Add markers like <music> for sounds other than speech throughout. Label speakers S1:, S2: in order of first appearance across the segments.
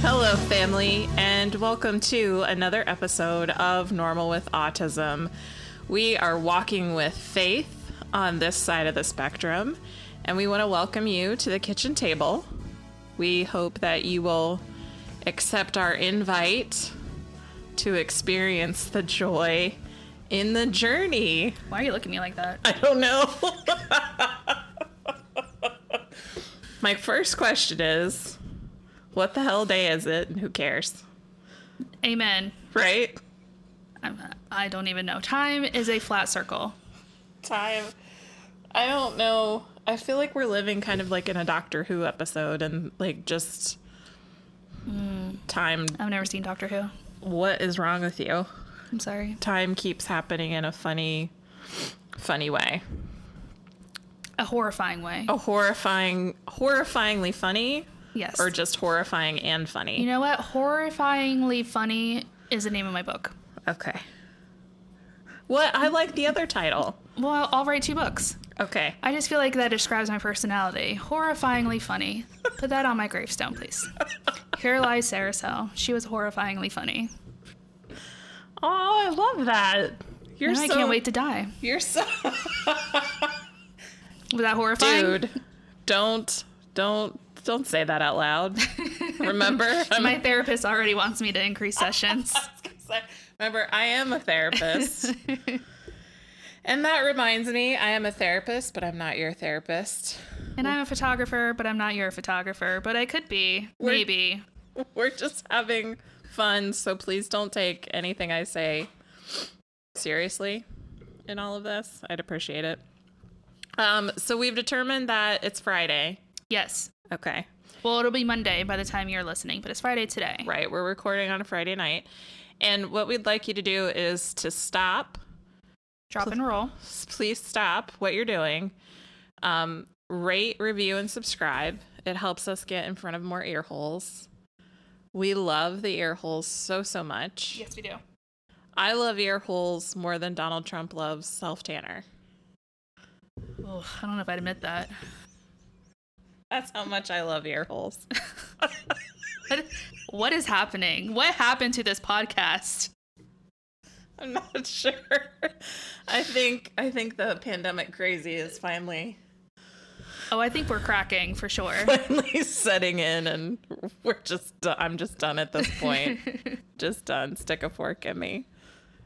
S1: Hello, family, and welcome to another episode of Normal with Autism. We are walking with faith on this side of the spectrum, and we want to welcome you to the kitchen table. We hope that you will accept our invite to experience the joy in the journey.
S2: Why are you looking at me like that?
S1: I don't know. My first question is what the hell day is it and who cares?
S2: Amen.
S1: Right?
S2: I'm, I don't even know. Time is a flat circle.
S1: Time. I don't know. I feel like we're living kind of like in a Doctor Who episode and like just time.
S2: I've never seen Doctor Who.
S1: What is wrong with you?
S2: I'm sorry.
S1: Time keeps happening in a funny, funny way.
S2: A horrifying way.
S1: A horrifying, horrifyingly funny,
S2: yes.
S1: or just horrifying and funny.
S2: you know what? Horrifyingly funny is the name of my book.
S1: Okay. What? I like the other title.
S2: Well, I'll write two books.
S1: Okay.
S2: I just feel like that describes my personality. Horrifyingly funny. Put that on my gravestone, please. Here lies Sarah Sell. She was horrifyingly funny.
S1: Oh, I love that. You're
S2: And I
S1: so.
S2: can't wait to die.
S1: You're so.
S2: Was that horrifying?
S1: Dude, don't, don't, don't say that out loud. Remember, I'm
S2: My therapist already wants me to increase sessions.
S1: I was gonna say, remember, I am a therapist. and that reminds me, I am a therapist, but I'm not your therapist.
S2: And I'm a photographer, but I'm not your photographer, but I could be.
S1: We're-
S2: Maybe.
S1: <laughs> We're just having fun, so please don't take anything I say seriously in all of this. I'd appreciate it. Um, so we've determined that it's Friday.
S2: Yes.
S1: Okay.
S2: Well, it'll be Monday by the time you're listening, but it's Friday today.
S1: Right. We're recording on a Friday night. And what we'd like you to do is to stop
S2: Drop and roll.
S1: s- please stop what you're doing. Um, rate, review, and subscribe. It helps us get in front of more ear holes. We love the ear holes so, so much.
S2: Yes, we do.
S1: I love ear holes more than Donald Trump loves self tanner.
S2: Ugh, I don't know if I'd admit that. <laughs>
S1: That's how much I love ear holes. <laughs>
S2: What- what is happening? What happened to this podcast?
S1: I'm not sure. I think I think the pandemic crazy is finally <laughs>
S2: Oh, I think we're cracking for sure.
S1: finally setting in and we're just do- I'm just done at this point. just done. Stick a fork in me.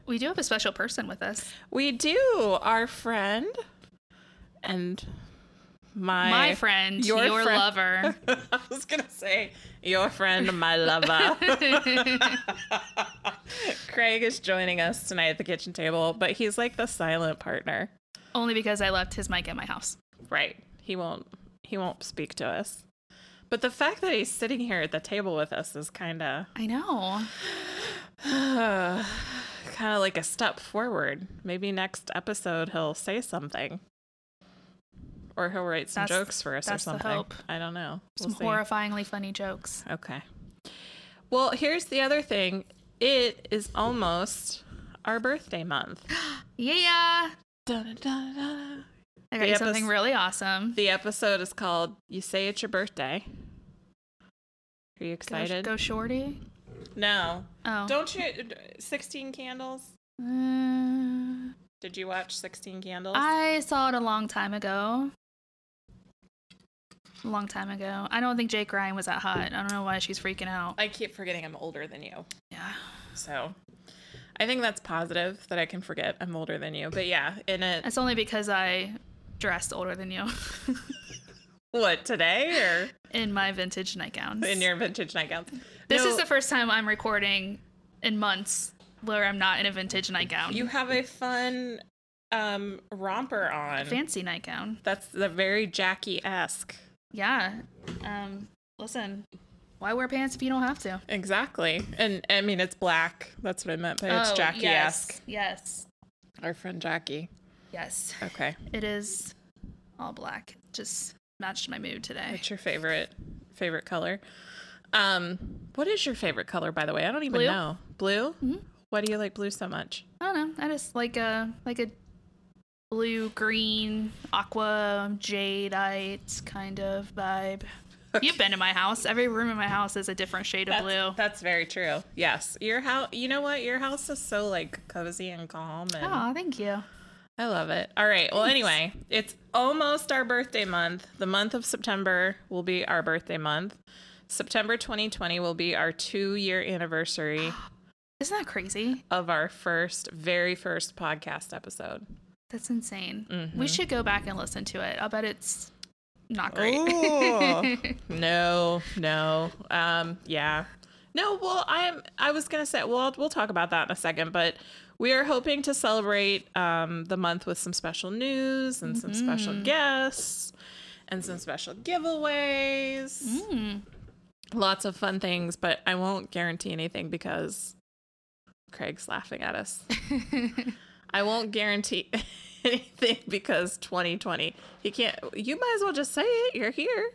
S2: we do have a special person with us.
S1: We do. Our friend and my
S2: My friend,
S1: your
S2: your,
S1: friend. <laughs>
S2: lover.
S1: I was gonna say your friend, my
S2: <laughs>
S1: lover. Craig is joining us tonight at the kitchen table, but he's like the silent partner.
S2: Only because I left his mic at my house.
S1: Right. He won't he won't speak to us. But the fact that he's sitting here at the table with us is kinda <sighs>
S2: I know.
S1: kinda like a step forward. Maybe next episode he'll say something. Or he'll write some
S2: That's-
S1: jokes for us or
S2: that's the
S1: something.
S2: hope.
S1: I don't know.
S2: Some
S1: We'll see.
S2: horrifyingly funny jokes.
S1: Okay. Well, here's the other thing. It is almost our birthday
S2: <gasps>
S1: month.
S2: Yeah.
S1: Dun-dun-dun-dun-dun.
S2: I
S1: The
S2: got you something
S1: epis-
S2: really awesome.
S1: The episode is called You Say It's Your Birthday. Are you
S2: Go,
S1: excited?
S2: go shorty.
S1: No.
S2: Oh.
S1: Don't you 16 candles?
S2: Uh,
S1: Did you watch 16 candles?
S2: I saw it a long time ago. A long time ago. I don't think Jake Ryan was that hot. I don't know why she's freaking out.
S1: I keep forgetting I'm older than you.
S2: Yeah.
S1: So I think that's positive that I can forget I'm older than you. But yeah, in it
S2: It's only because I dressed older than you <laughs>
S1: what today
S2: in my vintage nightgowns.
S1: or in your vintage nightgowns?
S2: this
S1: No.
S2: is the first time I'm recording in months where I'm not in a vintage nightgown.
S1: You have a fun um, romper on.
S2: fancy nightgown.
S1: That's the very Jackie esque.
S2: Yeah. Um listen, why wear pants if you don't have to?
S1: Exactly. And I mean, it's black. That's what I meant, but it's
S2: Oh,
S1: Jackie esque.
S2: yes, yes.
S1: Our friend Jackie.
S2: Yes.
S1: Okay.
S2: It is all black. Just matched my mood today.
S1: What's your favorite favorite color? Um, what is your favorite color, by the way? I don't even
S2: Blue. Mm-hmm.
S1: know. Blue. Why do you like blue so much?
S2: I don't know. I just like a like a blue, green, aqua, jadeite kind of vibe. You've been to my house. Every room in my house is a different shade of
S1: That's,
S2: blue.
S1: that's very true. Yes, your house. You know what? Your house is so like cozy and calm, and
S2: Aw, thank you.
S1: I love it. All right. Well, anyway, it's almost our birthday month. The month of September will be our birthday month. September 2020 will be our two-year anniversary
S2: Isn't that crazy?
S1: of our first, very first podcast episode.
S2: That's insane.
S1: Mm-hmm.
S2: We should go back and listen to it. I'll bet it's not great. <laughs>
S1: Ooh. <laughs> no, no. Um, yeah. No, well, I'm I was gonna say well we'll talk about that in a second, but we are hoping to celebrate um, the month with some special news and some special guests and some special giveaways. Lots of fun things, but I won't guarantee anything because Craig's laughing at us. I won't guarantee <laughs> anything because 2020. He can't. You might as well just say it. You're here.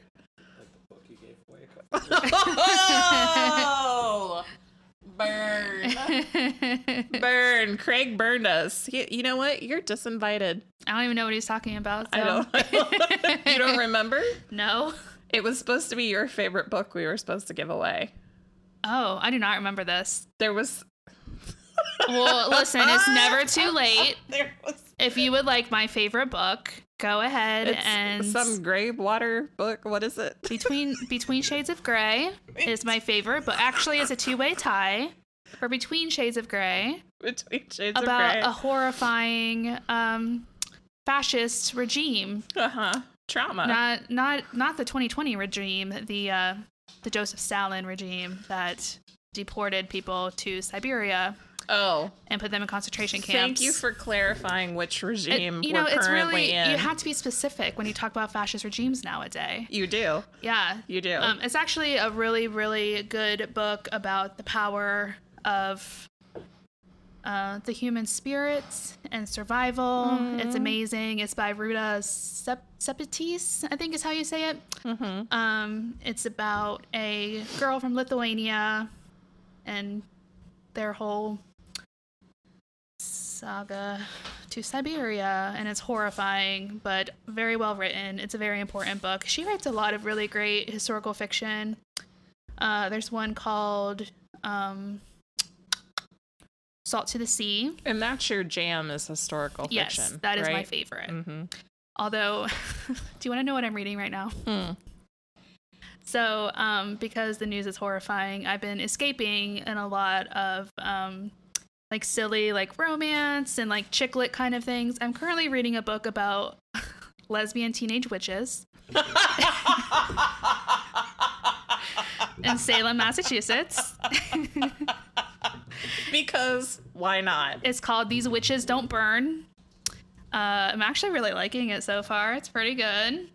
S1: Oh! <laughs> Burn. <laughs> Burn. Craig burned us. He, you know what? You're disinvited.
S2: I don't even know what he's talking about. So.
S1: I don't. you don't <laughs> remember?
S2: <laughs> No.
S1: It was supposed to be your favorite book we were supposed to give away.
S2: Oh, I do not remember this.
S1: There was. <laughs>
S2: Well, listen, it's never too late.
S1: There was.
S2: If you would like my favorite book, go
S1: <laughs>
S2: ahead
S1: It's
S2: and
S1: some gray water book. What is it? <laughs>
S2: between Between Shades of Grey is my favorite, but actually it's a two-way tie for Between Shades of Grey
S1: Between shades
S2: about a
S1: of
S2: horrifying um, fascist regime.
S1: gray. Uh huh. Trauma.
S2: Not not not the 2020 regime, the uh, the Joseph Stalin regime that deported people to Siberia
S1: oh,
S2: and put them in concentration camps.
S1: thank you for clarifying which
S2: It-
S1: regime
S2: you
S1: we're
S2: know, it's
S1: currently
S2: really
S1: in.
S2: you have to be specific when you talk about fascist regimes nowadays.
S1: You do.
S2: Yeah,
S1: You do.
S2: Um, it's actually a really, really good book about the power of uh, the human spirit and survival.
S1: Mm-hmm.
S2: It's amazing. It's by Ruta Sep- Sepetys, I think is how you say it.
S1: Mm-hmm.
S2: Um, it's about a girl from Lithuania and their whole saga to Siberia, and it's horrifying, but very well written. It's a very important book. She writes a lot of really great historical fiction. Uh, there's one called um, Salt to the Sea.
S1: and that's your jam is historical
S2: yes,
S1: fiction.
S2: that is my
S1: right?
S2: favorite.
S1: Mhm.
S2: Although, <laughs> do you want to know what I'm reading right now?
S1: Hmm.
S2: So, um, because the news is horrifying, I've been escaping in a lot of um, like silly, like romance and like chick lit kind of things. I'm currently reading a book about <laughs> lesbian
S1: <laughs>
S2: teenage witches in Salem, Massachusetts.
S1: Because why not?
S2: It's called These Witches Don't Burn. Uh, I'm actually really liking it so far. It's pretty good.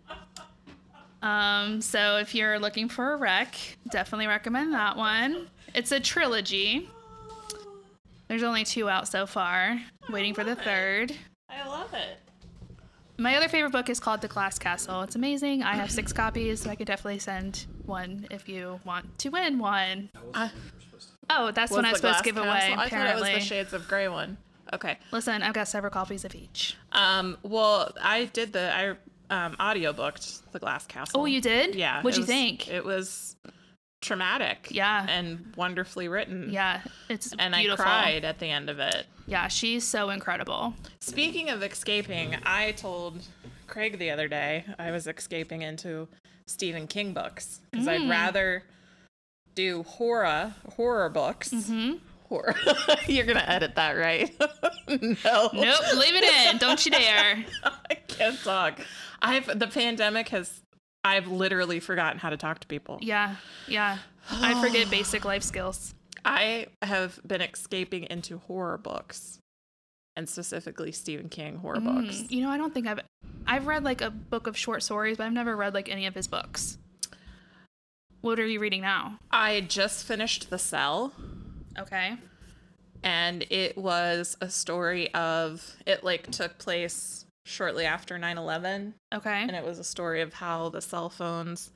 S2: Um, so if you're looking for a rec, definitely recommend that one. It's a trilogy. There's only two out so far. Waiting for the third.
S1: I love it.
S2: My other favorite book is called The Glass Castle. It's amazing. I have six copies, so I could definitely send one if you want to win one. Oh, that's
S1: Was
S2: when I was
S1: the
S2: supposed to
S1: Glass
S2: give away.
S1: Castle- I
S2: Apparently,
S1: thought it was the Shades of Grey one. Okay.
S2: listen, I've got several copies of each.
S1: Um, well, I did the I um, audiobooked The Glass Castle.
S2: Oh, you did?
S1: Yeah.
S2: What'd
S1: it
S2: you
S1: was-
S2: think?
S1: It was traumatic.
S2: Yeah.
S1: And wonderfully written.
S2: yeah, it's
S1: And
S2: beautiful.
S1: I cried at the end of it.
S2: Yeah, she's so incredible.
S1: Speaking of escaping, I told Craig the other day I was escaping into Stephen King books because
S2: Hmm.
S1: I'd rather do horror horror books.
S2: Mm-hmm.
S1: Horror. <laughs> You're gonna edit that, right? <laughs> no.
S2: Nope, leave it in. Don't you dare.
S1: <laughs> I can't talk. I've the pandemic has. I've literally forgotten how to talk to people.
S2: Yeah, yeah. I forget basic life skills.
S1: I have been escaping into horror books, and specifically Stephen King horror books.
S2: Mm, You know, I don't think I've I've read like a book of short stories, but I've never read like any of his books. What are you reading now?
S1: I just finished The Cell.
S2: Okay.
S1: and it was a story of it like took place shortly after 9-11
S2: Okay.
S1: and it was a story of how the cell phones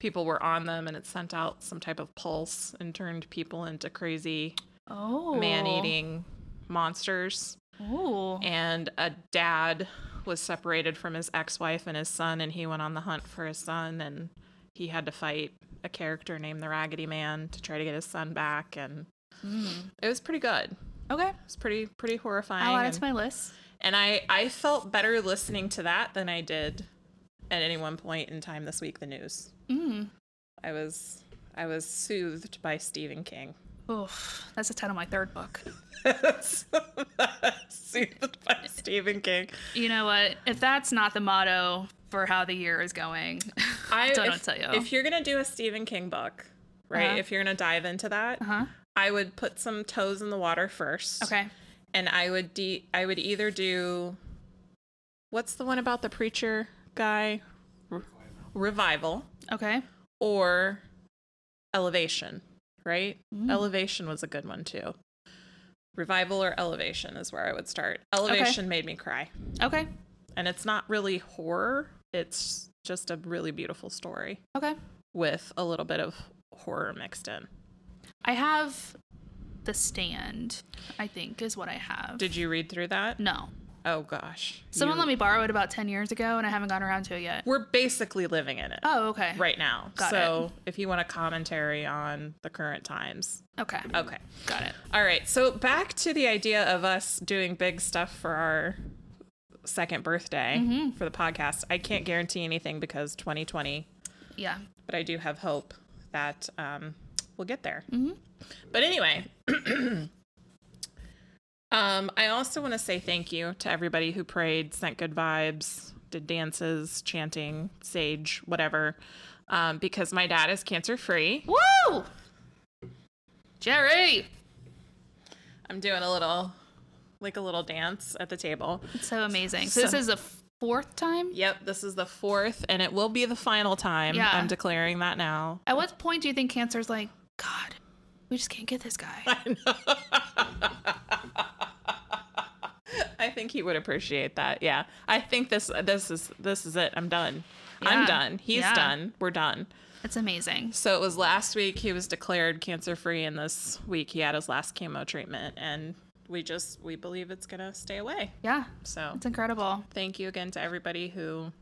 S1: people were on them and it sent out some type of pulse and turned people into crazy
S2: Oh.
S1: man-eating monsters
S2: Oh.
S1: and a dad was separated from his ex-wife and his son and he went on the hunt for his son and he had to fight a character named the Raggedy Man to try to get his son back, and it was pretty good.
S2: Okay.
S1: It's pretty pretty horrifying.
S2: I'll add it
S1: and-
S2: to my list.
S1: and I I felt better listening to that than I did at any one point in time this week the news.
S2: Mm.
S1: I was I was soothed by Stephen King. <laughs>
S2: Oof. That's the title of my third book.
S1: soothed by Stephen King.
S2: You know what? If that's not the motto for how the year is going, <laughs>
S1: I
S2: Don't know
S1: if,
S2: what to tell you.
S1: If you're gonna do a Stephen King book, right?
S2: Uh-huh.
S1: If you're gonna dive into that,
S2: huh?
S1: I would put some toes in the water first.
S2: Uh-huh. Okay.
S1: And I would de- I would either do what's the one about the preacher guy? Re- Revival.
S2: Okay.
S1: or elevation, right? Elevation was a good one too. Revival or elevation is where I would start. Elevation made me cry.
S2: Okay.
S1: And it's not really horror, it's just a really beautiful story
S2: Okay.
S1: with a little bit of horror mixed in.
S2: I have The Stand, I think, is what I have.
S1: Did you read through that?
S2: no.
S1: Oh gosh.
S2: Someone
S1: You-
S2: let me borrow it about 10 years ago, and I haven't gotten around to it yet.
S1: We're basically living in it
S2: Oh, okay.
S1: right now.
S2: Got
S1: so if you want a commentary on the current times.
S2: Okay.
S1: Okay.
S2: Got it.
S1: All right, so back to the idea of us doing big stuff for our second birthday for the podcast. I can't guarantee anything because 2020,
S2: Yeah.
S1: but I do have hope that um, we'll get there. But anyway, <clears throat> um, I also want to say thank you to everybody who prayed, sent good vibes, did dances, chanting, sage, whatever, um, because my dad is cancer free.
S2: Woo! Jerry!
S1: I'm doing a little, like a little dance at the table.
S2: It's so amazing. So, this
S1: So-
S2: is the fourth time?
S1: Yep, this is the fourth, and it will be the final time.
S2: Yeah.
S1: I'm declaring that now.
S2: At what point do you think cancer's like, God, we just can't get this guy?
S1: <laughs> I think he would appreciate that. Yeah, I think this this is this is it. I'm done.
S2: Yeah.
S1: I'm done. He's
S2: Yeah.
S1: done. We're done.
S2: It's amazing.
S1: So it was last week he was declared cancer free, and this week he had his last chemo treatment, and we just we believe it's gonna stay away.
S2: Yeah.
S1: So
S2: It's incredible.
S1: thank you again to everybody who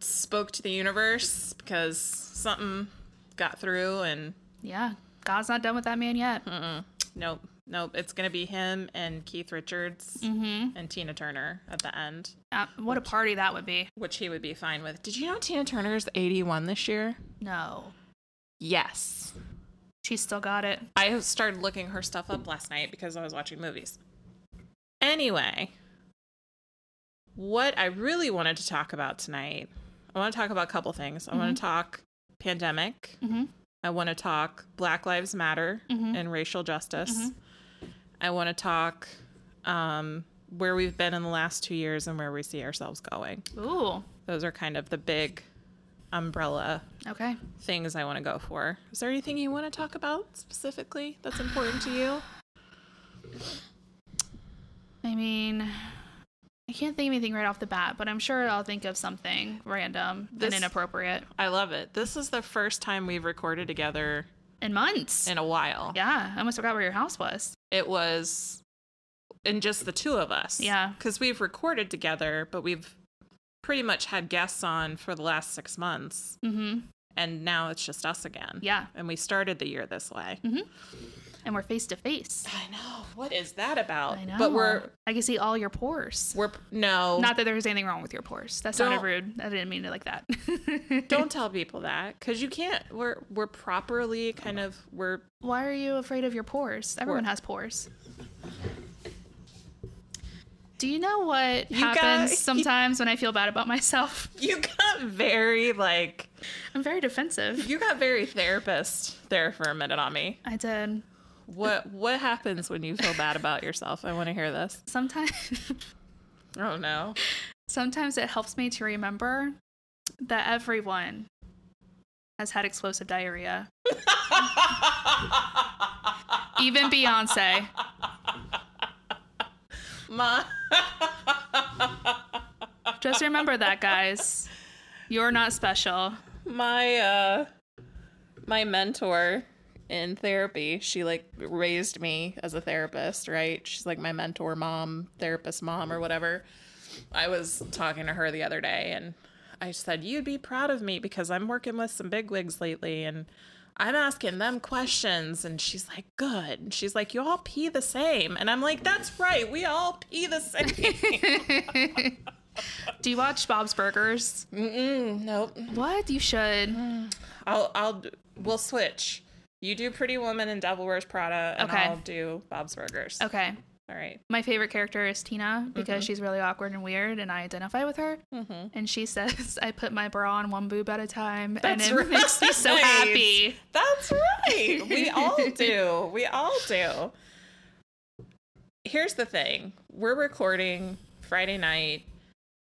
S1: spoke to the universe because something got through and
S2: Yeah. God's not done with that man yet.
S1: Hmm. nope nope it's gonna be him and keith richards
S2: Mm-hmm.
S1: and tina turner at the end
S2: Uh, what a party that would be.
S1: which he would be fine with did you know tina turner's 81 this year
S2: No.
S1: yes
S2: She's still got it.
S1: i started looking her stuff up last night because i was watching movies anyway what i really wanted to talk about tonight i want to talk about a couple things i want to talk pandemic
S2: Mhm.
S1: i want to talk black lives matter
S2: Mhm.
S1: and racial justice i want to talk um, where we've been in the last two years and where we see ourselves going
S2: Ooh.
S1: those are kind of the big umbrella
S2: Okay.
S1: things i want to go for is there anything you want to talk about specifically that's important to you
S2: I mean, I can't think of anything right off the bat, but I'm sure I'll think of something random
S1: This-
S2: and inappropriate
S1: I love it. This is the first time we've recorded together
S2: in months.
S1: in a while.
S2: yeah. I almost forgot where your house was.
S1: It was in just the two of us.
S2: Yeah.
S1: Because we've recorded together, but we've pretty much had guests on for the last six months.
S2: Mm-hmm.
S1: And now it's just us again.
S2: Yeah.
S1: And we started the year this way.
S2: And we're face to face.
S1: I know. What is that about?
S2: I know.
S1: But we're,
S2: I can see all your pores.
S1: we're, no.
S2: Not that there's anything wrong with your pores. That sounded
S1: Don't-
S2: rude. I didn't mean it like that.
S1: don't tell people that because you can't. We're, we're properly kind of, we're, <laughs>
S2: Why are you afraid of your pores? Everyone has pores. Do you know what
S1: You got-
S2: happens <laughs> sometimes when I feel bad about myself?
S1: you got very like,
S2: I'm very defensive.
S1: You got very therapist there for a minute on me.
S2: I did.
S1: What what happens when you feel bad about yourself? I want to hear this.
S2: Sometimes <laughs>
S1: Oh no.
S2: sometimes it helps me to remember that everyone has had explosive diarrhea. Even Beyonce.
S1: Ma
S2: Just remember that, guys. You're not special.
S1: my uh my mentor in therapy, she like raised me as a therapist, right? She's like my mentor mom, therapist mom or whatever. I was talking to her the other day and I said you'd be proud of me because I'm working with some bigwigs lately and I'm asking them questions and she's like, "Good." And she's like, "You all pee the same." And I'm like, "That's right. We all pee the same."
S2: Do you watch Bob's Burgers?
S1: Mm-mm, nope.
S2: What? You should.
S1: I'll I'll d- we'll switch. You do Pretty Woman and Devil Wears Prada and
S2: Okay.
S1: I'll do Bob's Burgers.
S2: Okay.
S1: All right.
S2: My favorite character is Tina because she's really awkward and weird, and I identify with her.
S1: Mhm.
S2: And she <laughs> says, "I put my bra on one boob at a time,
S1: That's
S2: and it makes me so
S1: right.
S2: happy."
S1: <laughs> That's right. We all do. We all do. Here's the thing we're recording Friday night,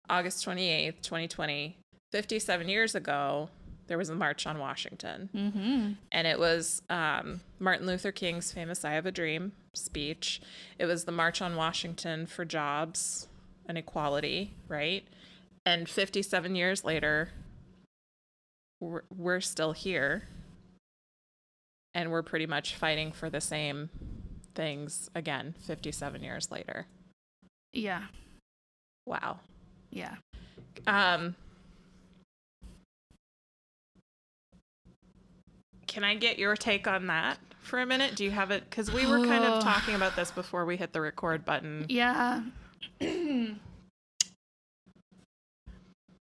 S1: August 28th, 2020. 57 years ago, there was a march on Washington.
S2: Mm-hmm.
S1: And it was um, Martin Luther King's famous I Have a Dream speech. It was the March on Washington for Jobs and Equality, right? And 57 years later, we're, we're still here. And we're pretty much fighting for the same things again 57 years later.
S2: Yeah.
S1: Wow.
S2: Yeah.
S1: Um, can I get your take on that for a minute? Do you have it? Because we were kind of talking about this before we hit the record button.
S2: Yeah. <clears throat> you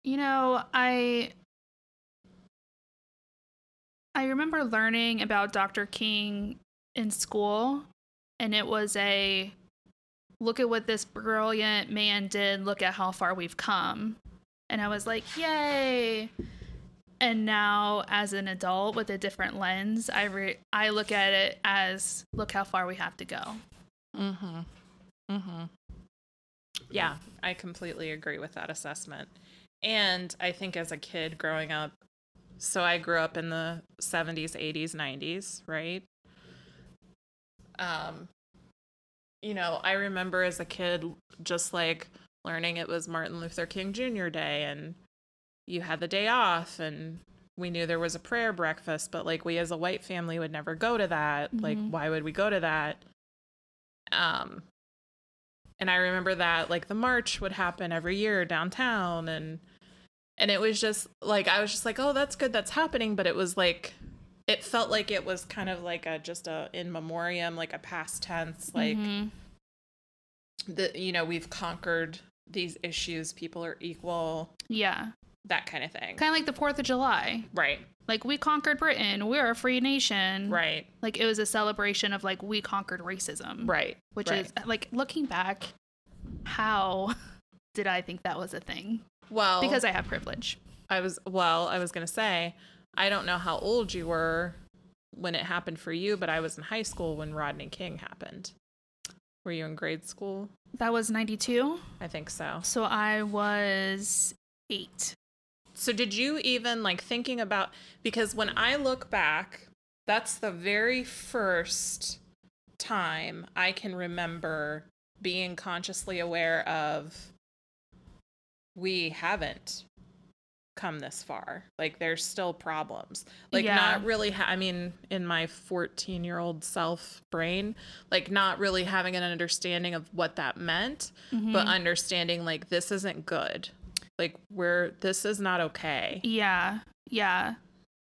S2: know, I I remember learning about Dr. King in school and it was a look at what this brilliant man did, look at how far we've come. And I was like, "Yay!" And now as an adult with a different lens, I re- I look at it as look how far we have to go.
S1: Mm-hmm. Mm-hmm. Yeah, I completely agree with that assessment. And I think as a kid growing up, so I grew up in the 70s, 80s, 90s, right? Um, you know, I remember as a kid just like learning it was Martin Luther King Jr. Day and you had the day off and we knew there was a prayer breakfast, but like we as a white family would never go to that. Like,
S2: Mhm.
S1: why would we go to that? Um, and I remember that like the march would happen every year downtown and and it was just like I was just like, oh, that's good, that's happening. But it was like, it felt like it was kind of like a just a in memoriam, like a past tense, like
S2: Mhm. Mm-hmm.
S1: the you know we've conquered these issues, people are equal,
S2: Yeah.
S1: that kind of thing.
S2: Kind Mm-hmm. of like the 4th of July.
S1: Right,
S2: Like, we conquered Britain. We're a free nation.
S1: right,
S2: Like, it was a celebration of, like, we conquered racism.
S1: right.
S2: Which
S1: right.
S2: is, uh, like, looking back, how <laughs> did I think that was a thing?
S1: well
S2: Because I have privilege.
S1: I was well, I was gonna say, I don't know how old you were when it happened for you, but I was in high school when Rodney King happened. Were you in grade school?
S2: That was 92.
S1: I think so.
S2: So I was eight.
S1: So did you even like thinking about because when I look back, that's the very first time I can remember being consciously aware of we haven't come this far. Like there's still problems. Like
S2: Yeah.
S1: not really ha- I mean in my 14-year-old self brain, like not really having an understanding of what that meant
S2: Mm-hmm.
S1: but understanding like this isn't good like we're this is not okay
S2: Yeah. Yeah.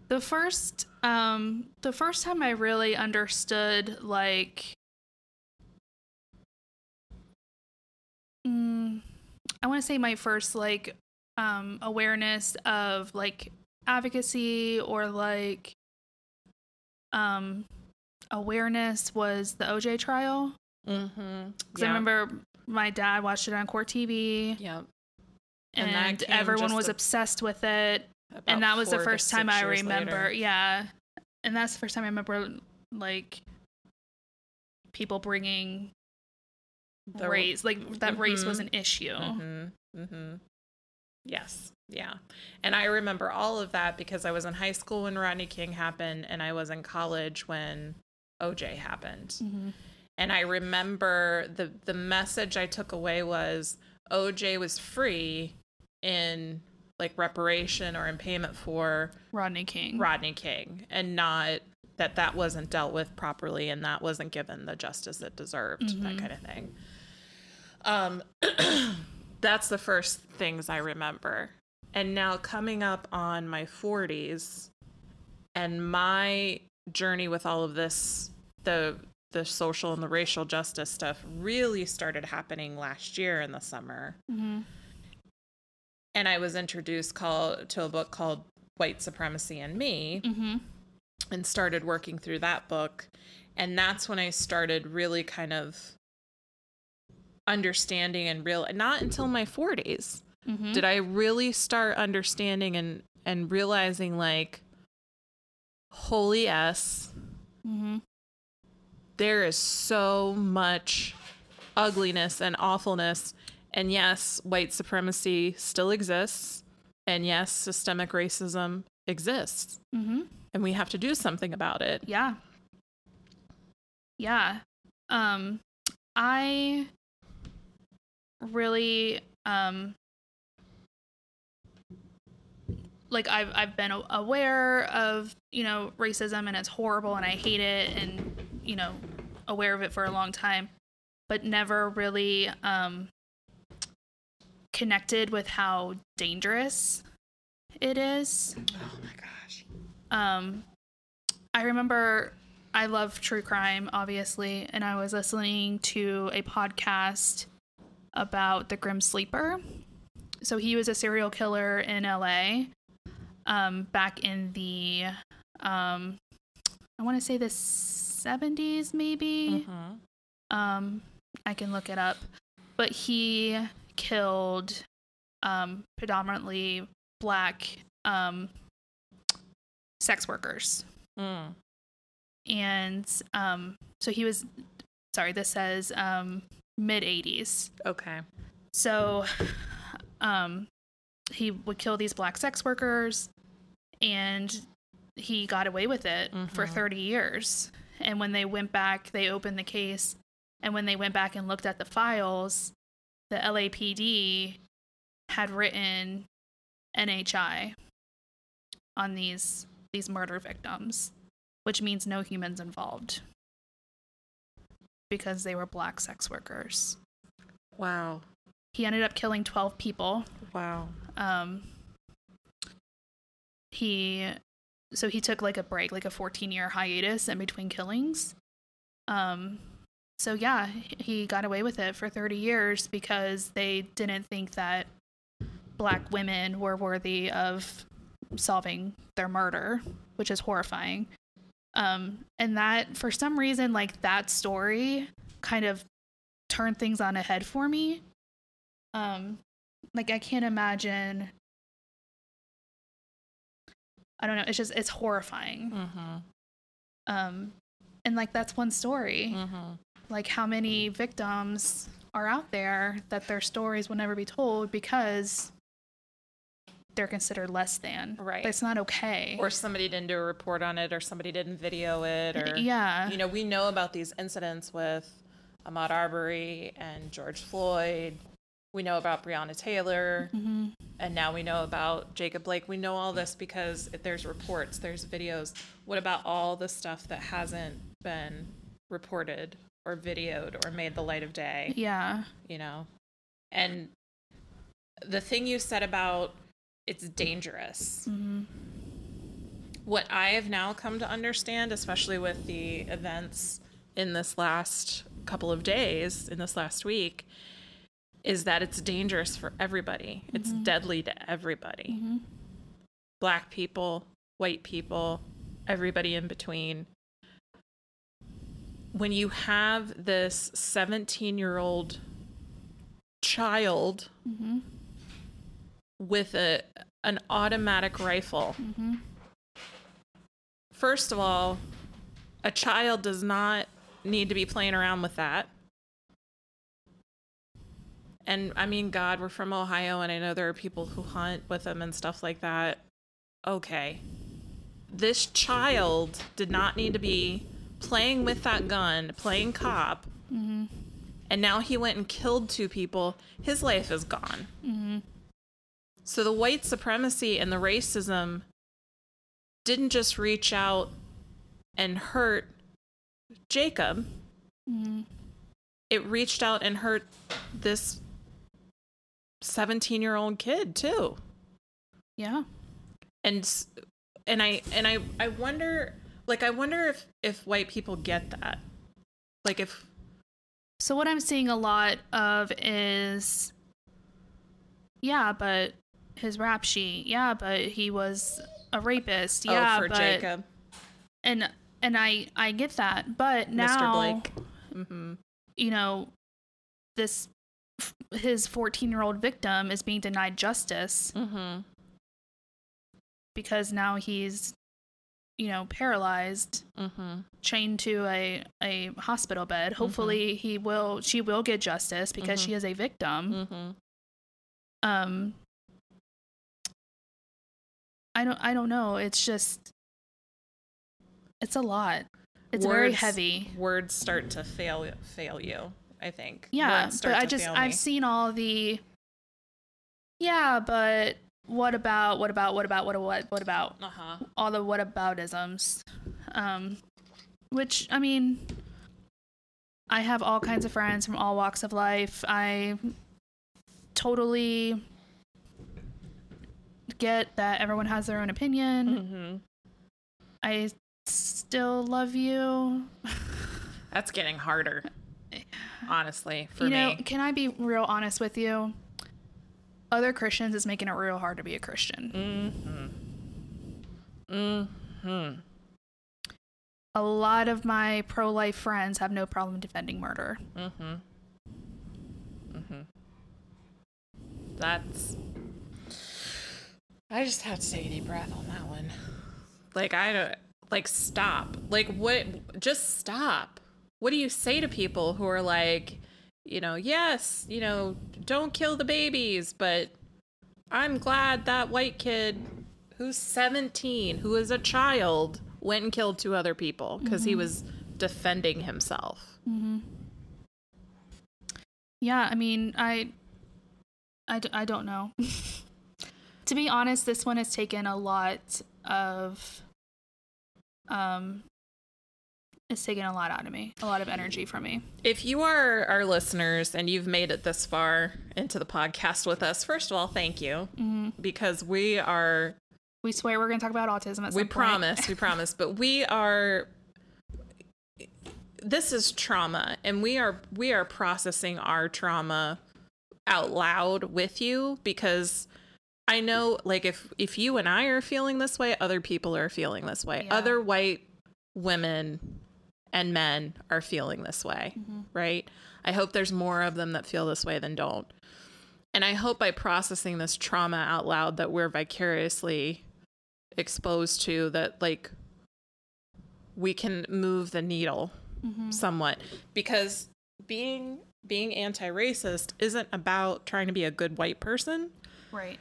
S2: The first um the first time I really understood like mm, I want to say my first like um awareness of like advocacy or like um awareness was the OJ trial
S1: mm-hmm.
S2: cuz I remember my dad watched it on Court TV
S1: yeah And that
S2: and,
S1: came
S2: everyone
S1: just
S2: was
S1: a-
S2: obsessed with it and that was the first time I remember. Yeah, and that's the first time I remember like people bringing
S1: The-
S2: race, like that race was
S1: Mhm.
S2: an issue.
S1: hmm hmm yes yeah and i remember all of that because i was in high school when rodney king happened and i was in college when oj happened
S2: Mm. Mm-hmm.
S1: And I remember the the message I took away was OJ was free in like reparation or in payment for
S2: Rodney King.
S1: Rodney King and not that that wasn't dealt with properly and that wasn't given the justice it deserved that
S2: Mhm.
S1: kind of thing. <clears throat> Um that's the first things I remember. and now coming up on my 40s and my journey with all of this the the social and the racial justice stuff really started happening last year in the summer
S2: Mm-hmm.
S1: and i was introduced call, to a book called white supremacy and me
S2: Mm-hmm.
S1: and started working through that book. And that's when I started really kind of understanding and real not until my 40s
S2: Mm-hmm.
S1: did I really start understanding and and realizing like holy s
S2: Mm-hmm.
S1: there is so much ugliness and awfulness and yes white supremacy still exists and yes systemic racism exists
S2: Mm-hmm.
S1: and we have to do something about it
S2: Yeah. Yeah. Um I really um like I've I've been a- aware of, you know, racism and it's horrible and I hate it and you know, aware of it for a long time, but never really um connected with how dangerous it is
S1: oh my gosh
S2: um i remember i love true crime obviously and i was listening to a podcast about the grim sleeper so he was a serial killer in la um back in the um i want to say the 70s maybe
S1: Mhm.
S2: um i can look it up but he killed um predominantly black um sex workers
S1: Mm.
S2: and um so he was sorry this says um mid 80s
S1: Okay.
S2: So um he would kill these black sex workers and he got away with it for 30 years. And when they went back, they opened the case and when they went back and looked at the files, the LAPD had written NHI on these these murder victims, which means no humans involved because they were black sex workers
S1: Wow.
S2: he ended up killing 12 people
S1: Wow.
S2: um he so he took like a break like a 14 year hiatus in between killings um so yeah he got away with it for 30 years because they didn't think that black women were worthy of solving their murder which is horrifying um and that for some reason like that story kind of turned things on a head for me um like I can't imagine. I don't know. It's just it's horrifying.
S1: Mm-hmm.
S2: Um, and like that's one story.
S1: Mm-hmm.
S2: Like how many victims are out there that their stories will never be told because they're considered less than.
S1: Right.
S2: That's not okay.
S1: Or somebody didn't do a report on it, or somebody didn't video it, or
S2: yeah.
S1: you know, we know about these incidents with Ahmaud Arbery and George Floyd. We know about Breonna Taylor,
S2: Mhm.
S1: and now we know about Jacob Blake. We know all this because if there's reports, there's videos. What about all the stuff that hasn't been reported or videoed or made the light of day?
S2: Yeah.
S1: you know and the thing you said about it's dangerous
S2: Mhm.
S1: what i have now come to understand especially with the events in this last couple of days in this last week is that it's dangerous for everybody it's deadly to everybody black people white people everybody in between when you have this 17 year old child with a an automatic rifle. First of all, a child does not need to be playing around with that. And I mean, God, we're from Ohio, and I know there are people who hunt with them and stuff like that. Okay. This child did not need to be playing with that gun, playing cop, and now he went and killed two people. His life is gone.
S2: Mm-hmm.
S1: So the white supremacy and the racism didn't just reach out and hurt Jacob,
S2: Mhm.
S1: it reached out and hurt this 17 year old kid too.
S2: Yeah.
S1: and s- and i and i i wonder like i wonder if if white people get that like if
S2: So what I'm seeing a lot of is yeah, but his rap sheet. Yeah, but he was a rapist. Yeah,
S1: oh for
S2: but
S1: jacob
S2: and and I I get that, but
S1: mr
S2: now
S1: blake hmm
S2: you know this f- his 14-year-old victim is being denied justice
S1: hmm
S2: because now he's you know paralyzed,
S1: hmm
S2: chained to a a hospital bed. Hopefully he will she will get justice because
S1: Mhm.
S2: she is a victim.
S1: hmm
S2: um i don't i don't know it's just it's a lot it's very
S1: Words-
S2: heavy
S1: words start to fail fail you i think
S2: yeah
S1: Words
S2: but
S1: start
S2: i
S1: to
S2: just
S1: fail
S2: i've
S1: me.
S2: seen all the yeah but what about what about what about what what what about
S1: uh-huh
S2: all the what aboutisms um which i mean i have all kinds of friends from all walks of life i totally get that everyone has their own opinion
S1: hmm
S2: i still love you
S1: that's getting
S2: <sighs>
S1: harder honestly for
S2: you
S1: me
S2: know can i be real honest with you other christians is making it real hard to be a christian
S1: hmm
S2: a lot of my pro-life friends have no problem defending murder
S1: Mm-hmm. Mm-hmm. That's. I just have to take a deep breath on that one. Like I don't. Like stop. Like what? Just stop. What do you say to people who are like, you know, yes, you know, don't kill the babies, but I'm glad that white kid who's 17, who is a child, went and killed two other people because he was defending himself.
S2: Yeah, I mean, I, I, d- I don't know. <laughs> to be honest, this one has taken a lot of, um, it's taken a lot out of me, a lot of energy from me.
S1: If you are our listeners and you've made it this far into the podcast with us, first of all, thank you because we are,
S2: We swear we're gonna talk about autism at some
S1: we
S2: point.
S1: promise, we promise, but we are, this is trauma and we are, we are processing our trauma out loud with you because I know like if, if you and I are feeling this way, other people are feeling this way.
S2: Yeah.
S1: Other white women and men are feeling this way, right? I hope there's more of them that feel this way than don't. And I hope by processing this trauma out loud that we're vicariously exposed to that like we can move the needle somewhat because being being anti-racist isn't about trying to be a good white person
S2: <laughs> Right.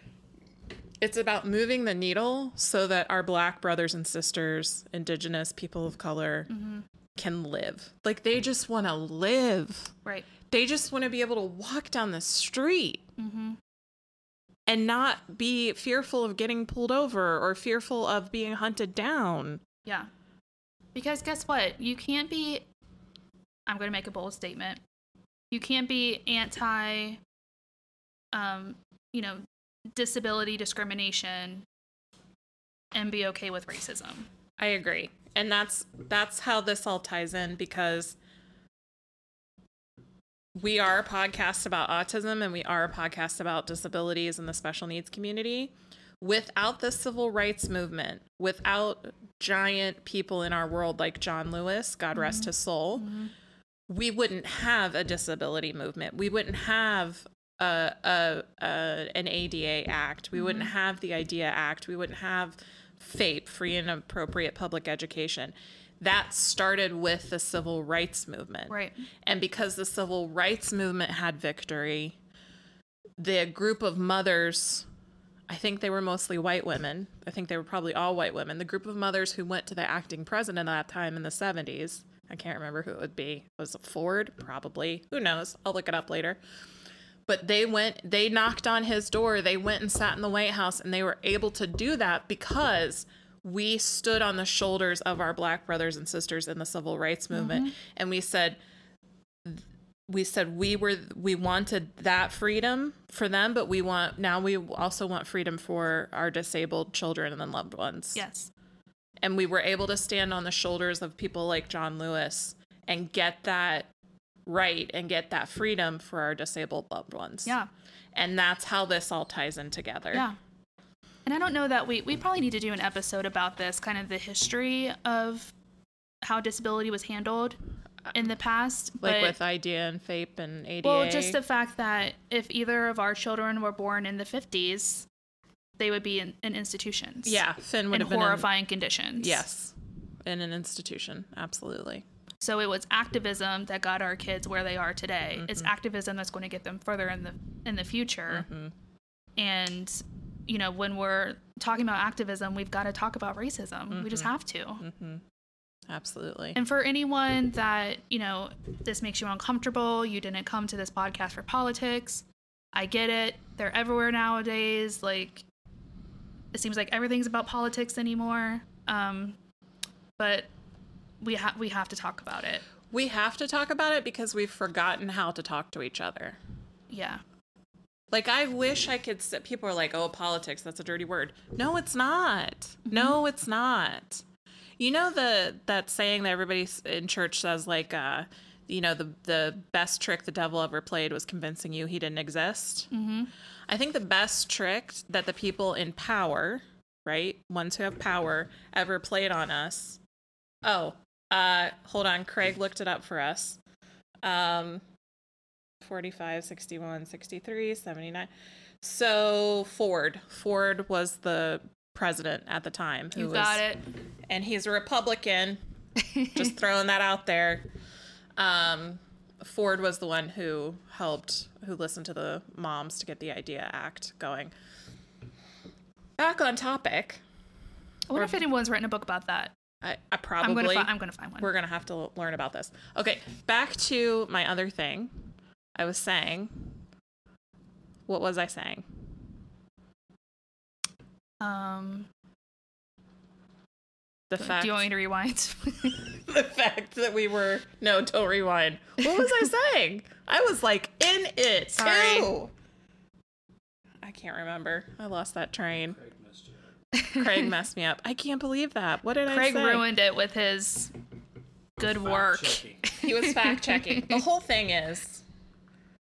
S1: it's about moving the needle so that our black brothers and sisters, indigenous people of color
S2: Mm-hmm.
S1: can live. Like they just want to live.
S2: Right.
S1: They just want to be able to walk down the street
S2: Mm-hmm.
S1: and not be fearful of getting pulled over or fearful of being hunted down.
S2: Yeah. Because guess what? You can't be. I'm going to make a bold statement. You can't be anti, um, you know, disability discrimination and be okay with racism.
S1: I agree. And that's that's how this all ties in because we are a podcast about autism and we are a podcast about disabilities and the special needs community. Without the civil rights movement, without giant people in our world like John Lewis, God rest his soul, we wouldn't have a disability movement. We wouldn't have a, a, a an ADA Act. We wouldn't have the IDEA Act. We wouldn't have FAPE, free and appropriate public education. That started with the civil rights movement.
S2: Right.
S1: And because the civil rights movement had victory, the group of mothers, I think they were mostly white women. I think they were probably all white women. The group of mothers who went to the acting president at that time in the 70s, I can't remember who it would be. Was it Ford? Probably. Who knows? I'll look it up later. But they went, they knocked on his door, they went and sat in the White House, and they were able to do that because we stood on the shoulders of our black brothers and sisters in the civil rights movement and we said, we said we were we wanted that freedom for them, but we want now we also want freedom for our disabled children and loved ones.
S2: Yes.
S1: And we were able to stand on the shoulders of people like John Lewis and get that right and get that freedom for our disabled loved ones.
S2: Yeah.
S1: And that's how this all ties in together.
S2: Yeah. And I don't know that we we probably need to do an episode about this kind of the history of how disability was handled in the past,
S1: Uh, Like
S2: but
S1: with IDEA and FAPE and ADA.
S2: well, just the fact that if either of our children were born in the 50s, they would be in, in institutions.
S1: yeah, Finn would
S2: In
S1: have been in-
S2: horrifying conditions.
S1: yes, in an institution, absolutely.
S2: So it was activism that got our kids where they are today. It's
S1: Mm-hmm.
S2: activism that's going to get them further in the in the future. And you know, when we're talking about activism, we've got to talk about racism. We just
S1: Mm-hmm.
S2: have to.
S1: Absolutely.
S2: And for anyone that, you know, this makes you uncomfortable, you didn't come to this podcast for politics. I get it. They're everywhere nowadays. Like it seems like everything's about politics anymore. Um but we have we have to talk about it.
S1: we have to talk about it because we've forgotten how to talk to each other.
S2: Yeah.
S1: Like I wish I could sit people are like, "Oh, politics, that's a dirty word." No, it's not.
S2: Mm-hmm.
S1: No, it's not. You know the that saying that everybody s- in church says like uh you know the the best trick the devil ever played was convincing you he didn't exist.
S2: Mm-hmm.
S1: I think the best trick that the people in power, right, ones who have power, ever played on us. Oh, uh, hold on. Craig looked it up for us. Um, 45, 61, 63, 79. So Ford. Ford was the president at the time. who
S2: You
S1: was-
S2: got it.
S1: and he's a
S2: <laughs>
S1: Republican. just throwing that out there. Um, Ford was the one who helped, who listened to the moms to get the IDEA Act going. Back on topic,
S2: I wonder if anyone's written a book about that.
S1: I, I
S2: I'm
S1: probably
S2: gonna fi- I'm gonna find one.
S1: we're gonna have to learn about this. Okay, back to my other thing. I was saying, what was I saying?
S2: Um,
S1: The fact,
S2: do you want me to rewind? <laughs>
S1: <laughs> the fact that we were no, don't rewind. What was
S2: <laughs>
S1: I saying? I was like in it.
S2: Sorry.
S1: too. I can't remember. I lost that train. Craig messed me up. I can't believe that. What did
S2: Craig
S1: I say?
S2: ruined it with his good work.
S1: He was fact checking. the whole thing is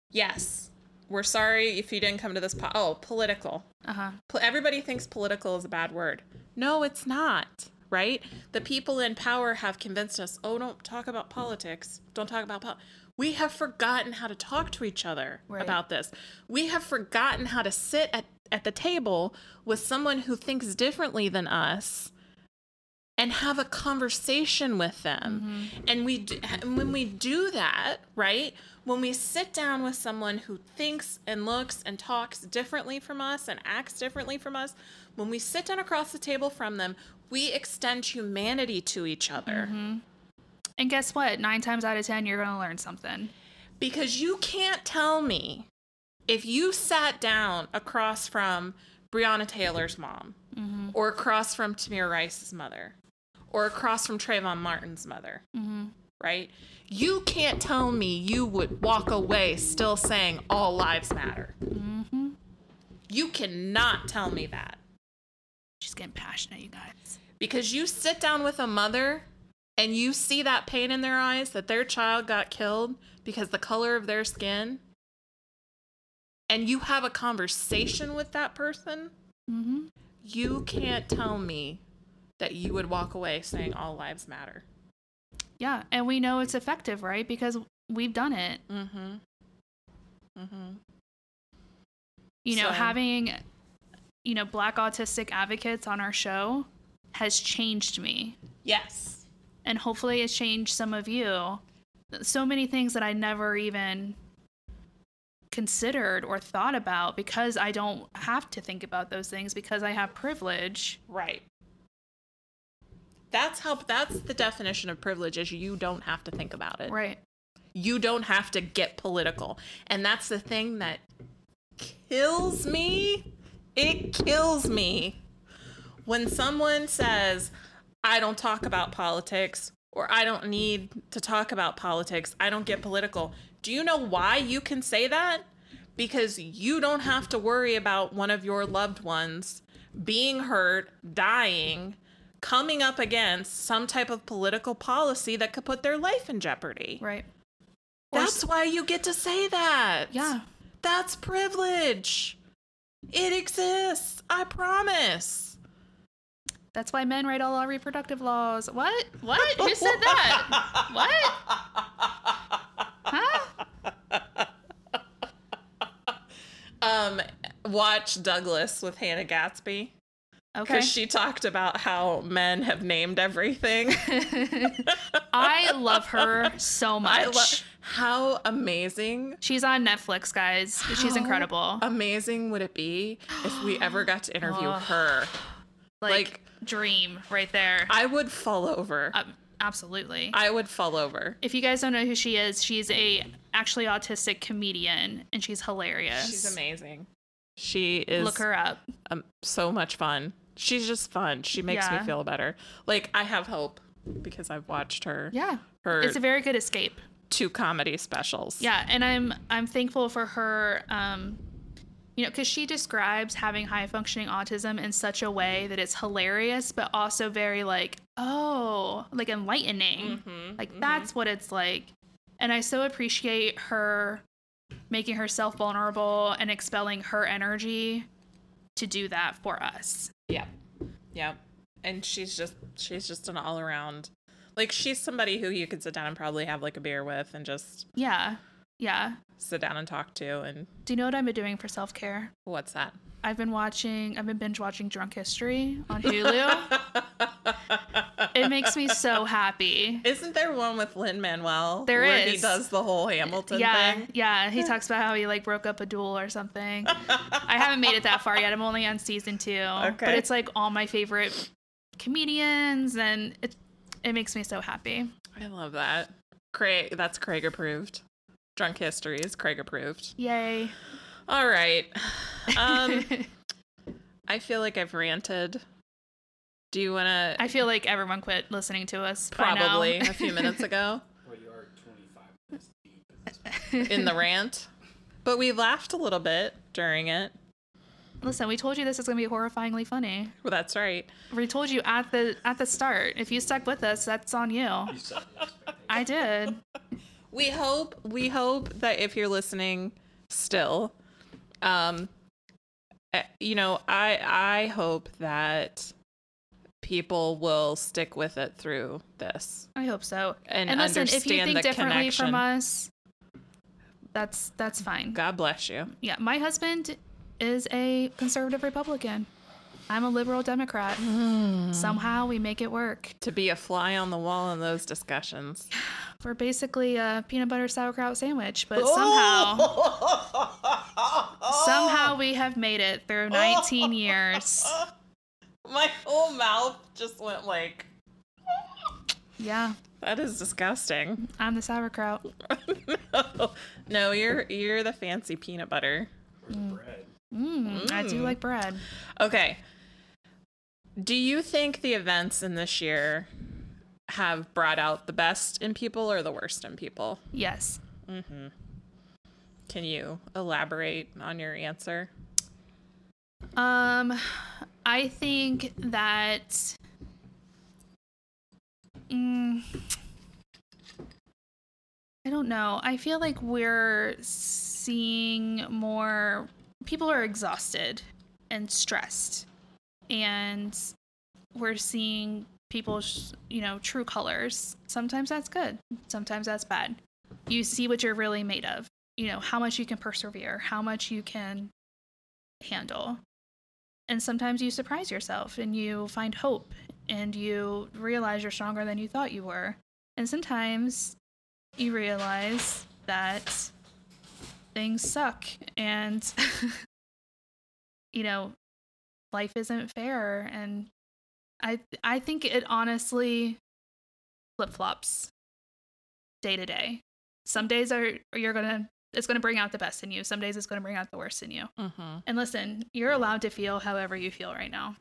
S1: yes, we're sorry if you didn't come to this. Po- oh, political.
S2: Uh huh.
S1: Pol- Everybody thinks political is a bad word. No, it's not, right? The people in power have convinced us oh, don't talk about politics. Don't talk about politics. We have forgotten how to talk to each other
S2: Right.
S1: about this. We have forgotten how to sit at, at the table with someone who thinks differently than us and have a conversation with them. And we do, and when we do that, right? When we sit down with someone who thinks and looks and talks differently from us and acts differently from us, when we sit down across the table from them, we extend humanity to each other.
S2: And guess what? Nine times out of ten, you're gonna learn something.
S1: Because you can't tell me if you sat down across from Breonna Taylor's mom, or across from Tamir Rice's mother, or across from Trayvon Martin's mother, right? You can't tell me you would walk away still saying all lives matter.
S2: Mm-hmm.
S1: You cannot tell me that
S2: She's getting passionate, you guys.
S1: because you sit down with a mother and you see that pain in their eyes that their child got killed because the color of their skin and you have a conversation with that person
S2: Mm-hmm.
S1: you can't tell me that you would walk away saying all lives matter
S2: Yeah, and we know it's effective, right? Because we've done it.
S1: mm-hmm mm-hmm
S2: You know,
S1: So-
S2: having you know black autistic advocates on our show has changed me,
S1: yes
S2: and hopefully, it's changed some of you. So many things that I never even considered or thought about because I don't have to think about those things because I have privilege.
S1: right that's how that's the definition of privilege is you don't have to think about it
S2: Right.
S1: You don't have to get political. And that's the thing that kills me. It kills me when someone says, I don't talk about politics or I don't need to talk about politics. I don't get political. Do you know why you can say that? Because you don't have to worry about one of your loved ones being hurt, dying, coming up against some type of political policy that could put their life in jeopardy.
S2: Right. Or s-
S1: That's why you get to say that.
S2: yeah.
S1: That's privilege. It exists. I promise.
S2: That's why men write all our reproductive laws. What?
S1: <laughs>
S2: What? Who said that? what? Huh?
S1: Um, watch Douglas with Hannah Gatsby
S2: Okay.
S1: because she talked about how men have named
S2: <laughs>
S1: everything.
S2: I love her so much.
S1: <laughs> I love how amazing,
S2: She's on Netflix, guys.
S1: <gasps> How
S2: She's incredible.
S1: amazing would it be if we
S2: <gasps>
S1: ever got to interview her?
S2: like,
S1: like-
S2: dream right there.
S1: I would fall over.
S2: Um, absolutely.
S1: I would fall over.
S2: if you guys don't know who she is, she's a actually autistic comedian, and she's hilarious.
S1: She's amazing. She is
S2: Look her up.
S1: um, so much fun. She's just fun. She makes
S2: Yeah.
S1: me feel better. Like I have hope because I've watched her
S2: Yeah,
S1: her
S2: it's a very good escape.
S1: two comedy specials.
S2: Yeah, and I'm I'm thankful for her. Um, you know, because she describes having high functioning autism in such a way that it's hilarious, but also very like oh, like enlightening.
S1: Mm-hmm.
S2: Like that's what it's like, and I so appreciate her making herself vulnerable and expelling her energy to do that for us.
S1: Yep. Yep. And she's just she's just an all around like she's somebody who you could sit down and probably have like a beer with and just
S2: Yeah, yeah.
S1: sit down and talk to and
S2: Do you know what I've been doing for self care?
S1: what's that? <laughs>
S2: I've been watching, I've been binge watching Drunk History on Hulu. it makes me so happy.
S1: Isn't there one with Lin Manuel?
S2: There
S1: where he
S2: is.
S1: does the whole Hamilton
S2: Yeah,
S1: thing. <laughs>
S2: yeah. He talks about how he like broke up a duel or something. I haven't made it that far yet. I'm only on season two, but
S1: Okay.
S2: it's like all my favorite comedians, and it it makes me so happy.
S1: I love that. Craig that's Craig approved. Drunk history is Craig approved.
S2: Yay!
S1: All
S2: <laughs>
S1: right. Um I feel like I've ranted. Do you wanna
S2: I feel like everyone quit listening to us. by now.
S1: probably a
S2: <laughs>
S1: few minutes ago?
S3: Well, you are 25 minutes deep. at this point.
S1: in the rant, but we laughed a little bit during it.
S2: Listen, we told you this is gonna be horrifyingly funny.
S1: Well, that's right.
S2: We told you at the at the start. If you stuck with us, that's on you.
S3: You set the expectation.
S2: I did.
S1: We hope we hope that if you're listening still, um, eh, you know, I I hope that people will stick with it through this.
S2: I hope so.
S1: And
S2: listen, if you
S1: understand
S2: think
S1: the
S2: differently
S1: connection.
S2: from us, that's that's fine.
S1: God bless you.
S2: Yeah, my husband is a conservative Republican. I'm a liberal Democrat.
S1: Hmm.
S2: Somehow we make it work.
S1: To be a fly on the wall in those discussions.
S2: We're basically a peanut butter sauerkraut sandwich, but
S1: Oh!
S2: somehow
S1: <laughs>
S2: somehow we have made it through 19 years.
S1: <laughs> My whole mouth just went like,
S2: Yeah,
S1: that is disgusting.
S2: I'm the sauerkraut.
S1: no, you're you're the fancy peanut butter.
S3: Where's the bread?
S2: Mm, I
S1: Hmm.
S2: do like bread.
S1: Okay. Do you think the events in this year have brought out the best in people or the worst in people? Mm-hmm.
S2: Yes.
S1: Can you elaborate on your answer?
S2: Um, I think that. Mm, I don't know. I feel like we're seeing more. People are exhausted and stressed, and we're seeing people's, you know, true colors. Sometimes that's good. Sometimes that's bad. You see what you're really made of. You know how much you can persevere, how much you can handle. And sometimes you surprise yourself and you find hope and you realize you're stronger than you thought you were. And sometimes you realize that things suck and, <laughs> you know, life isn't fair. And I, I think it honestly flip flops day to day. Some days are you're gonna it's gonna bring out the best in you. Some days it's gonna bring out the worst in you.
S1: Mm-hmm.
S2: And listen, you're allowed to feel however you feel right now.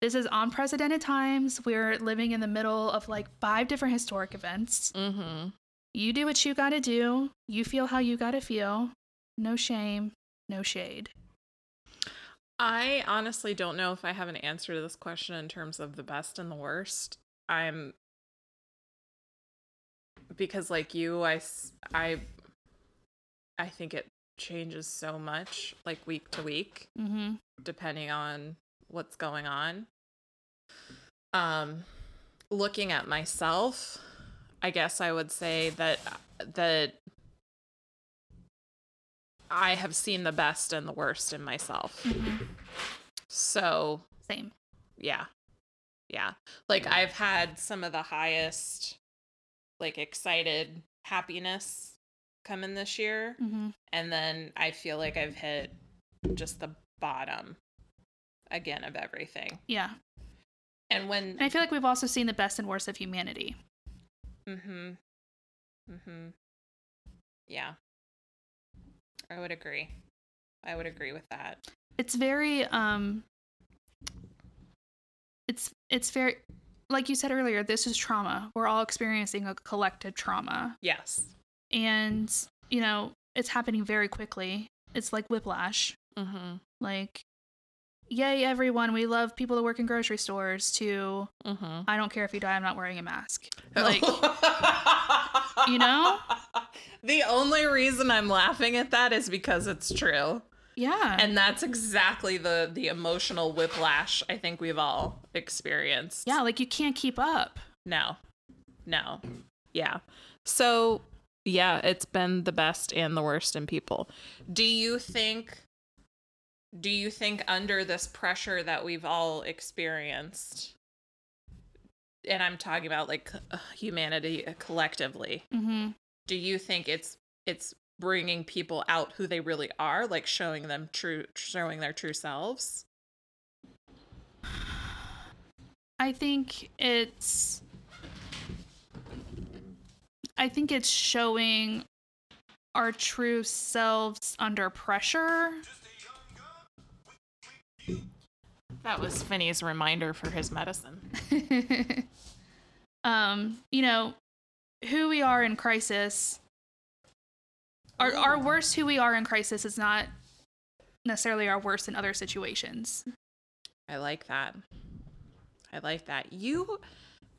S2: This is unprecedented times. We're living in the middle of like five different historic events.
S1: Mm-hmm.
S2: You do what you got to do. You feel how you got to feel. No shame, no shade.
S1: I honestly don't know if I have an answer to this question in terms of the best and the worst. I'm because like you I s- I I think it changes so much like week to week
S2: Mm-hmm.
S1: depending on what's going on. Um looking at myself, I guess I would say that that I have seen the best and the worst in myself. So,
S2: Mm-hmm. Same.
S1: yeah. Yeah. Like I've had some of the highest like excited happiness come in this year
S2: Mm-hmm.
S1: and then I feel like I've hit just the bottom again of everything.
S2: Yeah.
S1: And when
S2: And I feel like we've also seen the best and worst of humanity.
S1: mhm mhm yeah. I would agree. I would agree with that.
S2: It's very um it's it's very like you said earlier, this is trauma. We're all experiencing a collective trauma.
S1: Yes.
S2: And, you know, it's happening very quickly. It's like whiplash.
S1: Mhm.
S2: Like yay everyone, we love people that work in grocery stores to
S1: Mhm.
S2: I don't care if you die, I'm not wearing a mask. Like <laughs> you know?
S1: The only reason I'm laughing at that is because it's true.
S2: yeah.
S1: And that's exactly the the emotional whiplash I think we've all experienced.
S2: yeah, like you can't keep up.
S1: No. No. Yeah. So, yeah, it's been the best and the worst in people. Do you think do you think under this pressure that we've all experienced and I'm talking about like uh, humanity collectively.
S2: Mm-hmm.
S1: Do you think it's it's bringing people out who they really are, like showing them true showing their true selves?
S2: I think it's I think it's showing our true selves under pressure.
S1: That was Finney's reminder for his medicine.
S2: <laughs> um, you know, who we are in crisis. Our our worst who we are in crisis is not necessarily our worst in other situations.
S1: I like that. I like that. You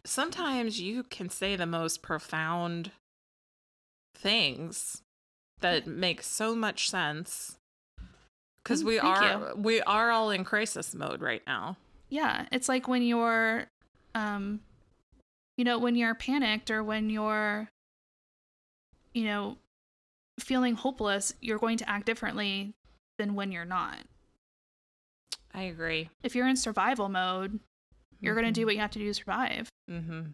S1: sometimes you can say the most profound things that make so much sense cuz
S2: Mm,
S1: we
S2: thank
S1: are we are all in crisis mode right now.
S2: Yeah, it's like when you're um you know, when you're panicked or when you're you know, feeling hopeless, you're going to act differently than when you're not.
S1: I agree.
S2: If you're in survival mode, you're going to do what you have to do to survive.
S1: Mhm.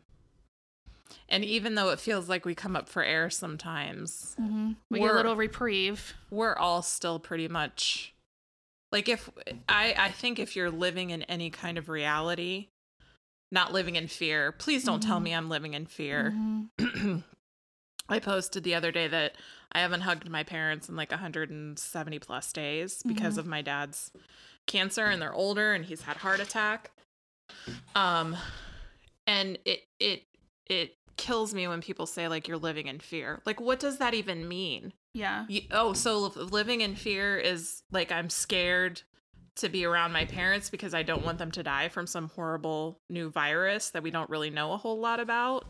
S1: And even though it feels like we come up for air sometimes,
S2: Mm-hmm. We get a
S1: We're-
S2: little reprieve.
S1: we're all still pretty much like if i i think if you're living in any kind of reality not living in fear please don't tell me i'm living in fear
S2: Mhm.
S1: <clears throat> i posted the other day that i haven't hugged my parents in like 170 plus days because of my dad's cancer and they're older and he's had heart attack um and it it it kills me when people say like you're living in fear like what does that even mean
S2: Yeah.
S1: you, oh, so li- living in fear is like I'm scared to be around my parents because I don't want them to die from some horrible new virus that we don't really know a whole lot about.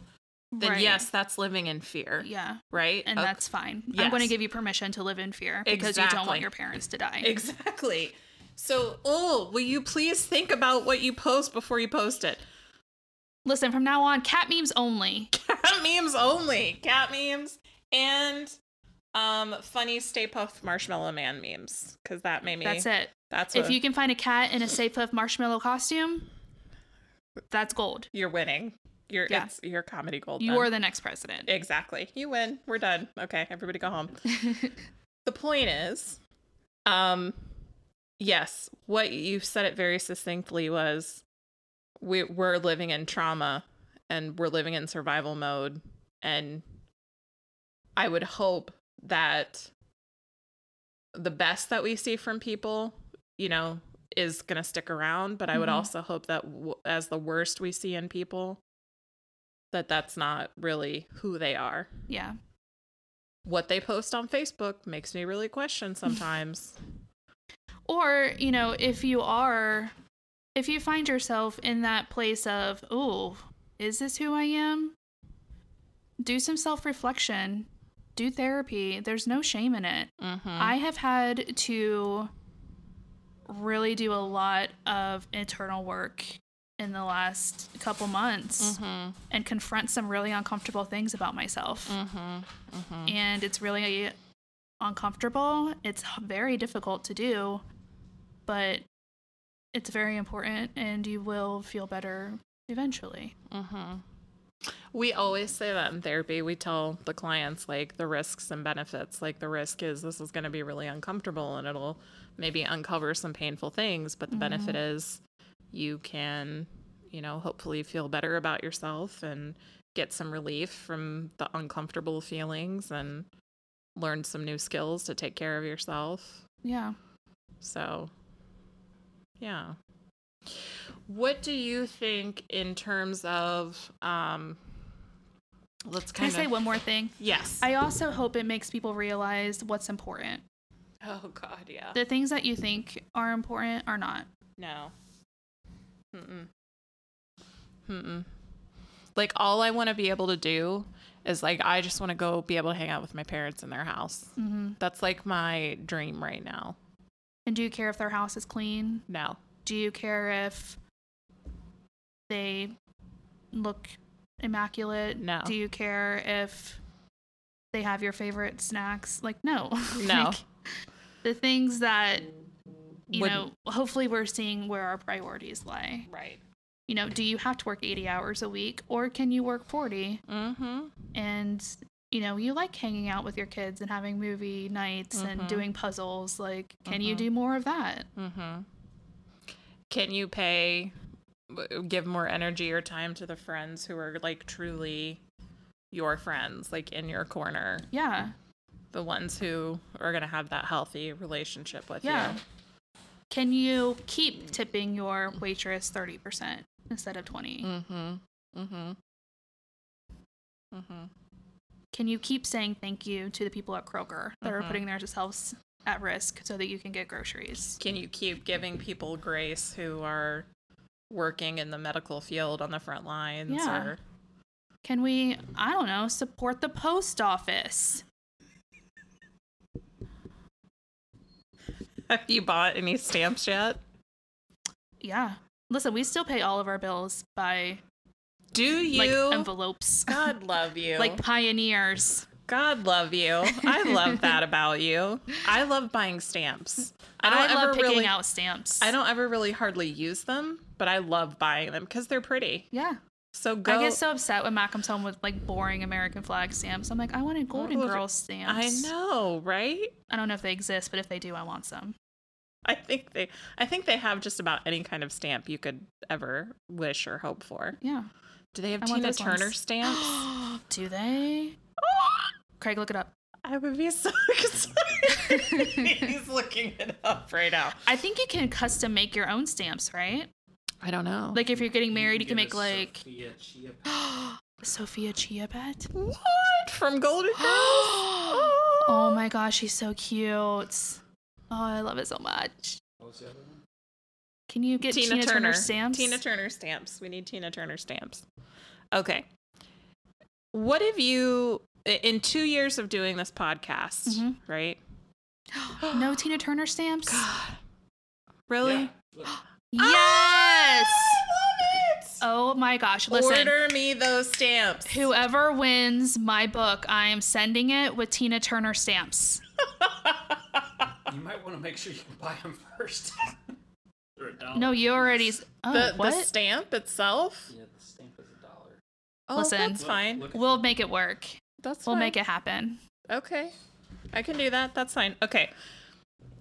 S1: Then
S2: Right.
S1: yes, that's living in fear,
S2: Yeah.
S1: right?
S2: And
S1: Okay. <laughs>
S2: that's fine. I'm going to
S1: Yes.
S2: give you permission to live in fear because you don't want
S1: Exactly.
S2: your parents to die.
S1: exactly. So, oh, will you please think about what you post before you post
S2: <laughs>
S1: it?
S2: Listen, from now on, cat memes only.
S1: Cat memes only. Cat memes and um funny Stay Puft Marshmallow Man memes because that made me.
S2: That's it.
S1: That's
S2: If
S1: what-
S2: you can find a cat in a Stay Puft marshmallow costume, that's gold.
S1: you're winning. You're
S2: Yeah.
S1: it's your comedy gold.
S2: You
S1: then.
S2: are the next president.
S1: Exactly. You win. We're done. Okay, everybody go home. the point is, um, yes, what you said it very succinctly was we we're living in trauma and we're living in survival mode. And I would hope that the best that we see from people, you know, is going to stick around, but I would
S2: Mhm.
S1: also hope that w- as the worst we see in people, that that's not really who they are.
S2: <laughs> Yeah.
S1: What they post on Facebook makes me really question sometimes.
S2: Or, you know, if you are, if you find yourself in that place of, oh, is this who I am? Do some self reflection, do therapy. There's no shame in it.
S1: mm-hmm.
S2: I have had to really do a lot of internal work in the last couple months and confront some really uncomfortable things about myself. And it's really uncomfortable. It's h- very difficult to do, but it's very important and you will feel better eventually.
S1: Mm-hmm. We always say that in therapy. We tell the clients like the risks and benefits. Like the risk is this is going to be really uncomfortable and it'll maybe uncover some painful things, but the benefit is you can, you know, hopefully feel better about yourself and get some relief from the uncomfortable feelings and learn some new skills to take care of yourself.
S2: Yeah.
S1: So, yeah. What do you think in terms of um let's
S2: Can
S1: kind
S2: I say
S1: of
S2: one more thing?
S1: Yes.
S2: I also hope it makes people realize what's important.
S1: oh god, yeah.
S2: The things that you think are important are not.
S1: No. Mm-mm. Mm-mm. Like all I want to be able to do is like I just want to go be able to hang out with my parents in their house.
S2: Mm-hmm.
S1: That's like my dream right now.
S2: And do you care if their house is clean?
S1: No.
S2: Do you care if they look immaculate?
S1: No.
S2: Do you care if they have your favorite snacks? Like, no. <laughs>
S1: No.
S2: Like, the things that, you
S1: Wouldn't-
S2: know, hopefully we're seeing where our priorities lie.
S1: Right.
S2: You know, do you have to work 80 hours a week or can you work 40?
S1: Mhm.
S2: And, you know, you like hanging out with your kids and having movie nights and doing puzzles. Like, can you do more of that?
S1: Mm-hmm. Can you pay, w- give more energy or time to the friends who are like truly your friends, like in your corner,
S2: Yeah.
S1: the ones who are going to have that healthy relationship with
S2: Yeah.
S1: you?
S2: Can you keep tipping your waitress 30% instead of 20?
S1: Mm-hmm. Mm-hmm. Mm-hmm.
S2: Can you keep saying thank you to the people at Kroger that are
S1: Mhm.
S2: putting themselves at risk so that you can get groceries?
S1: Can you keep giving people grace who are working in the medical field on the front lines?
S2: Yeah.
S1: Or, <laughs>
S2: Can we, I don't know, support the post office?
S1: have you bought any stamps yet?
S2: Yeah. Listen, we still pay all of our bills by
S1: Do you?
S2: like envelopes.
S1: God love you.
S2: like pioneers.
S1: God love you. I love
S2: <laughs>
S1: that about you. I love buying stamps. I don't
S2: I,
S1: ever
S2: love picking
S1: really,
S2: out stamps.
S1: I don't ever really hardly use them, but I love buying them because they're pretty.
S2: Yeah.
S1: So go.
S2: I get so upset when Matt comes home with like boring American flag stamps. I'm like, I wanted Golden
S1: Golden-
S2: Girl stamps.
S1: I know, right?
S2: I don't know if they exist, but if they do, I want some.
S1: I think they. I think they have just about any kind of stamp you could ever wish or hope for.
S2: <gasps> Yeah.
S1: Do they have
S2: I want
S1: Tina
S2: those
S1: Turner
S2: ones. <gasps>
S1: stamps?
S2: Do they? Craig, look it up.
S1: I would be so <laughs> excited.
S2: <laughs>
S1: He's looking it up right now.
S2: I think you can custom make your own stamps, right?
S1: I don't know.
S2: Like if you're getting married, you can
S3: get
S2: make
S3: a
S2: like
S3: Sophia
S2: <gasps>
S3: Chia
S2: Sophia Chia Pet.
S1: what from
S2: <gasps>
S1: Golden Girls?
S2: oh my gosh, she's so cute. Oh, I love it so much.
S3: What was the other one?
S2: Can you get Tina, Turner. stamps?
S1: Tina Turner stamps. We need Tina Turner stamps. Okay. What have you i- in two years of doing this podcast?
S2: Mhm.
S1: Right?
S2: <gasps> no Tina Turner <gasps> stamps?
S1: Really?
S3: Yeah, look,
S2: Yes.
S1: Ah, I
S2: Oh my gosh. Listen.
S1: Order me those stamps.
S2: Whoever wins my book, I am sending it with Tina Turner stamps.
S3: you might want to make sure you buy them <laughs> first. They're a dollar.
S2: No, you already. Oh,
S1: the, the
S2: what?
S1: stamp itself?
S3: Yeah, the stamp is a dollar.
S1: Oh,
S2: Listen.
S1: that's
S3: Look-
S1: fine.
S3: look at
S2: we'll
S3: the-
S2: make it work.
S1: That's
S2: We'll
S1: fine.
S2: make it happen.
S1: Okay. I can do that. That's fine. Okay.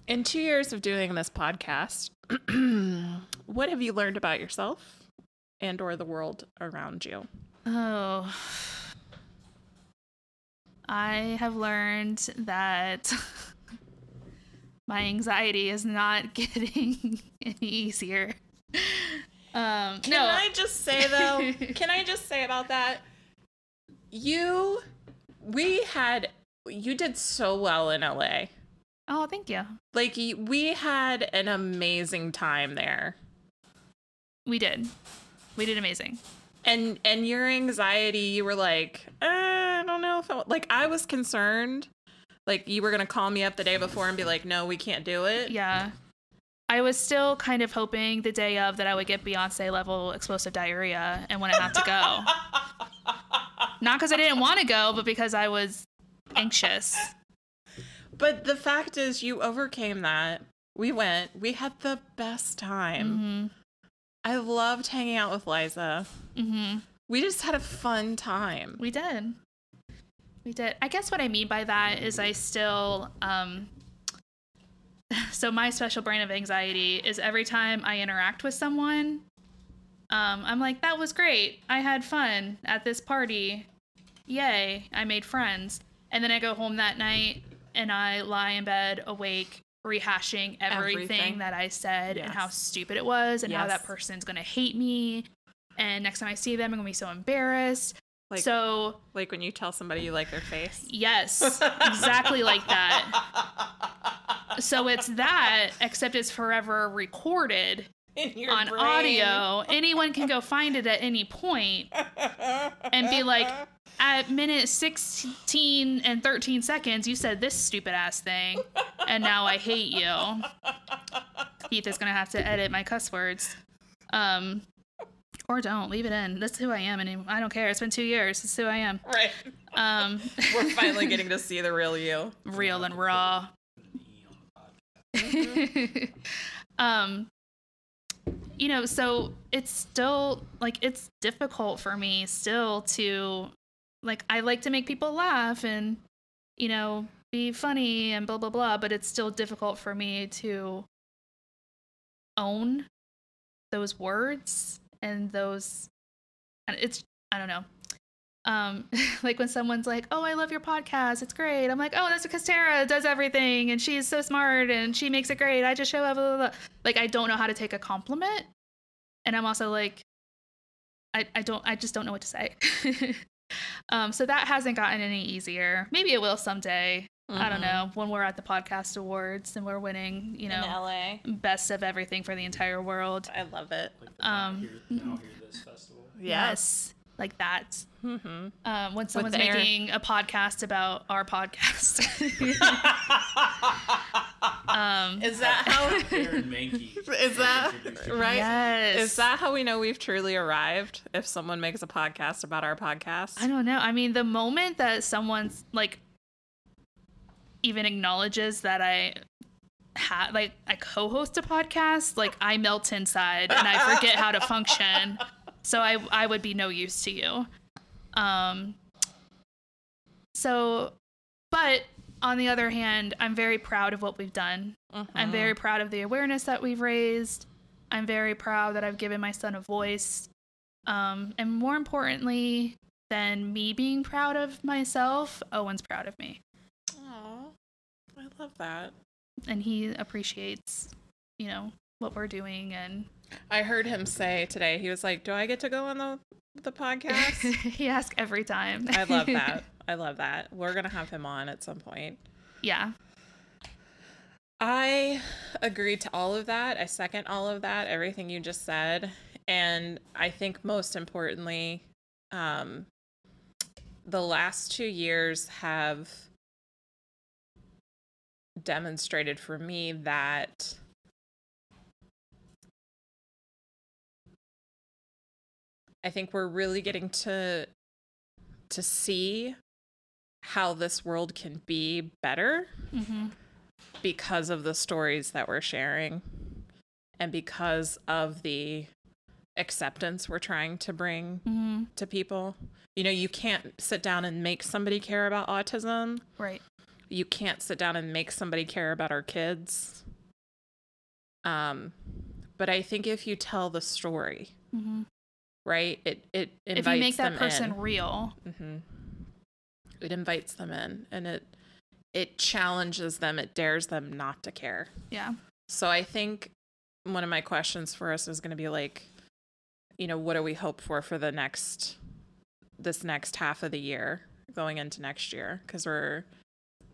S1: In two years of doing this podcast, <clears throat> what have you learned about yourself and or the world around you?
S2: Oh. I have learned that <laughs> my anxiety is not <laughs> getting any easier. Um,
S1: Can
S2: no,
S1: I just say though? can I just say about that? You, we had, you did so well in LA.
S2: oh, thank you.
S1: Like y- we had an amazing time there.
S2: We did, we did amazing.
S1: And and your anxiety, you were like, eh, I don't know if I, wa-" like I was concerned. Like you were gonna call me up the day before and be like, no, we can't do it.
S2: Yeah, I was still kind of hoping the day of that I would get Beyonce level explosive diarrhea and wouldn't have to go. not because I didn't want to go, but because I was anxious.
S1: But the fact is, you overcame that. We went. We had the best time.
S2: hmm
S1: I loved hanging out with Liza.
S2: hmm
S1: We just had a fun time.
S2: We did. We did. I guess what I mean by that is I still um <laughs> so my special brand of anxiety is every time I interact with someone um I'm like that was great. I had fun at this party. Yay, I made friends. And then I go home that night and I lie in bed awake rehashing everything,
S1: Everything.
S2: that I said and how
S1: Yes.
S2: stupid it was and how
S1: Yes.
S2: that person's going to hate me and next time I see them I'm going to be so embarrassed.
S1: Like
S2: so
S1: like when you tell somebody you like their
S2: <laughs>
S1: face.
S2: yes, exactly like that.
S1: <laughs>
S2: So it's that, except it's forever recorded
S1: <laughs> In your
S2: on
S1: brain.
S2: audio. Anyone can go find it at any point and be like, at minute 16 and 13 seconds, you said this stupid ass thing, and now I
S1: <laughs>
S2: hate you. Keith is going to have to edit my cuss words. Um, or don't leave it in. That's who I am, and I don't care. It's been two years. It's who I am.
S1: Right.
S2: Um,
S1: <laughs> We're finally getting to see the real you.
S2: <laughs> real and raw.
S1: Mm-hmm.
S2: <laughs> um, you know, so it's still like it's difficult for me still to like I like to make people laugh and you know be funny and blah blah blah, but it's still difficult for me to own those words and those and it's I don't know. Um, <laughs> like when someone's like, "Oh, I love your podcast. It's great." I'm like, "Oh, that's because Tara does everything, and she's so smart, and she makes it great. I just show up." Blah, blah, blah. Like I don't know how to take a compliment, and I'm also like, I I don't I just don't know what to say. <laughs> um, so that hasn't gotten any easier. Maybe it will someday. I don't know when we're at the podcast awards and we're winning, you know,
S1: LA.
S2: best of everything for the entire world.
S1: I love it.
S3: Like the
S2: Um,
S3: um, here, now hear this festival.
S2: Yes, like that.
S1: <laughs> Mm-hmm.
S2: Um, when someone's
S1: air.
S2: making a podcast about
S1: <laughs>
S2: our podcast, <laughs> um,
S1: Is that <laughs> how?
S3: Aaron Mankey.
S1: Is that right?
S2: yes,
S1: Is that how we know we've truly arrived? If someone makes a podcast about our podcast,
S2: I don't know. I mean, the moment that someone's like even acknowledges that I ha like I co-host a podcast, like I melt inside and I forget how to function. So I I would be no use to you. Um so but on the other hand, I'm very proud of what we've done.
S1: Mm-hmm. Mm.
S2: I'm very proud of the awareness that we've raised. I'm very proud that I've given my son a voice. Um, and more importantly than me being proud of myself, Owen's proud of me.
S1: Aw, I love that.
S2: And he appreciates, you know, what we're doing. And
S1: I heard him say today. He was like, "Do I get to go on the
S2: <laughs>
S1: the podcast?"
S2: he asks every time.
S1: I love that. I love that. We're gonna have him on at some point.
S2: <laughs> yeah.
S1: I agree to all of that. I second all of that, everything you just said. And I think most importantly, um, the last two years have demonstrated for me that I think we're really getting to to see how this world can be better
S2: hmm
S1: because of the stories that we're sharing and because of the acceptance we're trying to bring
S2: hmm
S1: to people. You know, you can't sit down and make somebody care about autism.
S2: Right.
S1: You can't sit down and make somebody care about our kids. Um but I think if you tell the story,
S2: hmm
S1: right? It it
S2: If
S1: invites Mm-hmm.
S2: you make that
S1: them
S2: person
S1: in.
S2: real,
S1: Mhm. It invites them in and it it challenges them, it dares them not to care.
S2: Yeah.
S1: So I think one of my questions for us is going to be like, you know, what do we hope for for the next this next half of the year going into next year because we're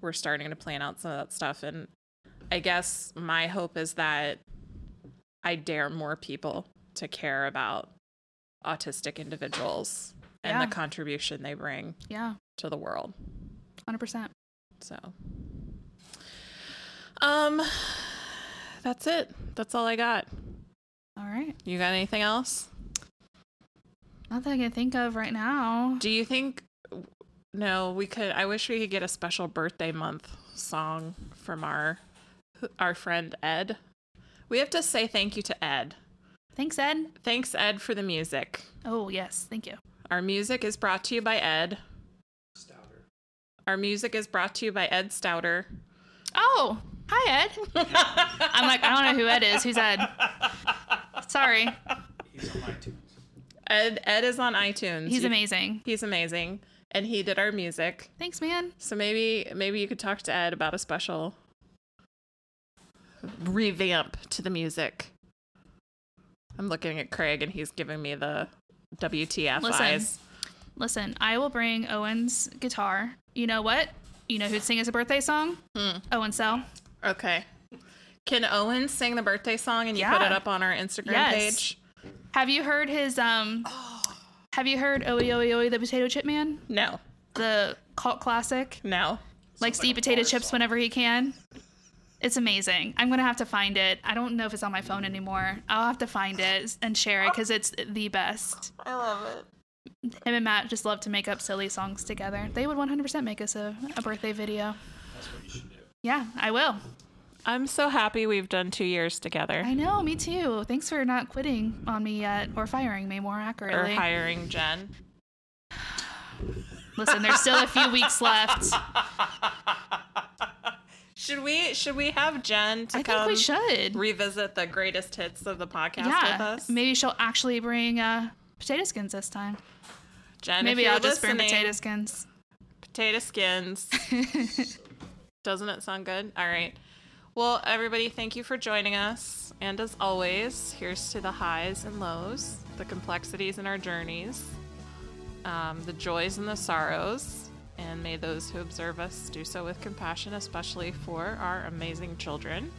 S1: we're starting to plan out some of that stuff and I guess my hope is that I dare more people to care about autistic individuals and
S2: Yeah.
S1: the contribution they bring
S2: Yeah.
S1: to the world.
S2: 100%.
S1: So, um, that's it. That's all I got.
S2: All right.
S1: You got anything else?
S2: Not that I can think of right now.
S1: Do you think? No, we could. I wish we could get a special birthday month song from our our friend Ed. We have to say thank you to Ed.
S2: Thanks, Ed.
S1: Thanks, Ed, for the music.
S2: Oh, yes. Thank you.
S1: Our music is brought to you by Ed.
S3: Stouter.
S1: Our music is brought to you by Ed Stouter.
S2: Oh, hi, Ed. I'm like, I don't know who Ed is. Who's Ed? Sorry.
S3: He's on iTunes.
S1: Ed Ed is on iTunes.
S2: He's
S1: You-
S2: amazing.
S1: He's amazing, and he did our music.
S2: Thanks, man.
S1: So maybe maybe you could talk to Ed about a special revamp to the music. I'm looking at Craig and he's giving me the WTF
S2: Listen.
S1: eyes.
S2: Listen, I will bring Owen's guitar. You know what? You know who'd sing us a birthday song? Owen Sell.
S1: Okay. Can Owen sing the birthday song and you put
S2: Yeah.
S1: it up on our Instagram
S2: Yes.
S1: page?
S2: Have you heard his um? Have you heard Owie Owie Owie the Potato Chip Man,
S1: No.
S2: the cult classic?
S1: No.
S2: Likes to eat potato chips whenever he can. It's amazing. I'm gonna have to find it. I don't know if it's on my phone anymore. I'll have to find it and share it because it's the best.
S1: I love it.
S2: Him and Matt just love to make up silly songs together. They would 100% make us a, a birthday video.
S3: That's what you should do.
S2: Yeah, I will.
S1: I'm so happy we've done two years together.
S2: I know, me too. Thanks for not quitting on me yet or firing me more
S1: Or
S2: accurately.
S1: hiring Jen.
S2: Listen, there's still a
S1: <laughs>
S2: few weeks left.
S1: Should we should we have Jen to
S2: I think
S1: come
S2: we should.
S1: revisit the greatest hits of the podcast with
S2: yeah,
S1: us?
S2: maybe she'll actually bring uh, potato skins this time.
S1: Jen,
S2: maybe
S1: if you're
S2: I'll just bring
S1: listening,
S2: potato skins.
S1: potato skins. <laughs> Doesn't it sound good? All right. Well, everybody, thank you for joining us. And as always, here's to the highs and lows, the complexities in our journeys, um, the joys and the sorrows. And may those who observe us do so with compassion, especially for our amazing children.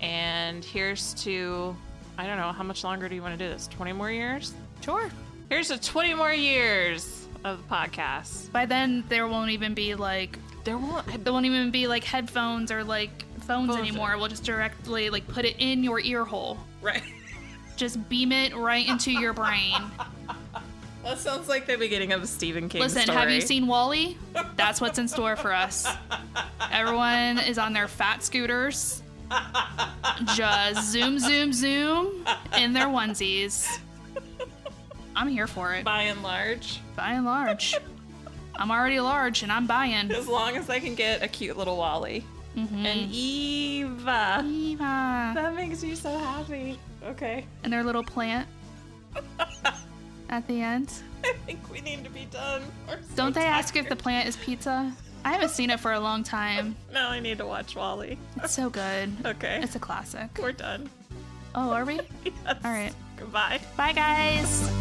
S1: And here's to, I don't know, how much longer do you want to do this? 20 more years?
S2: Sure.
S1: Here's to 20 more years of the podcast.
S2: By then, there won't even be like
S1: There won't.
S2: there won't even be like headphones or like phones
S1: Phones.
S2: anymore. We'll just directly like put it in your ear hole.
S1: Right. <laughs>
S2: Just beam it right into your brain.
S1: That sounds like the beginning of a Stephen King
S2: Listen, have you seen Wally? That's what's in store for us. Everyone is on their fat scooters. Just zoom, zoom, zoom in their onesies. I'm here for it.
S1: By and large,
S2: By and large. I'm already large and I'm buying.
S1: as long as I can get a cute little Wally
S2: Mm-hmm.
S1: and Eva.
S2: Eva.
S1: That makes you so happy. Okay, <laughs>
S2: And their little plant at the end.
S1: I think we need to be done. We're so
S2: Don't they ask if the
S1: tired.
S2: plant is pizza? I haven't seen it for a long time.
S1: Now I need to watch Wally.
S2: It's so good.
S1: Okay,
S2: It's a classic.
S1: we're done. <laughs>
S2: Oh, are we?
S1: Yes.
S2: All right.
S1: Goodbye.
S2: Bye, guys.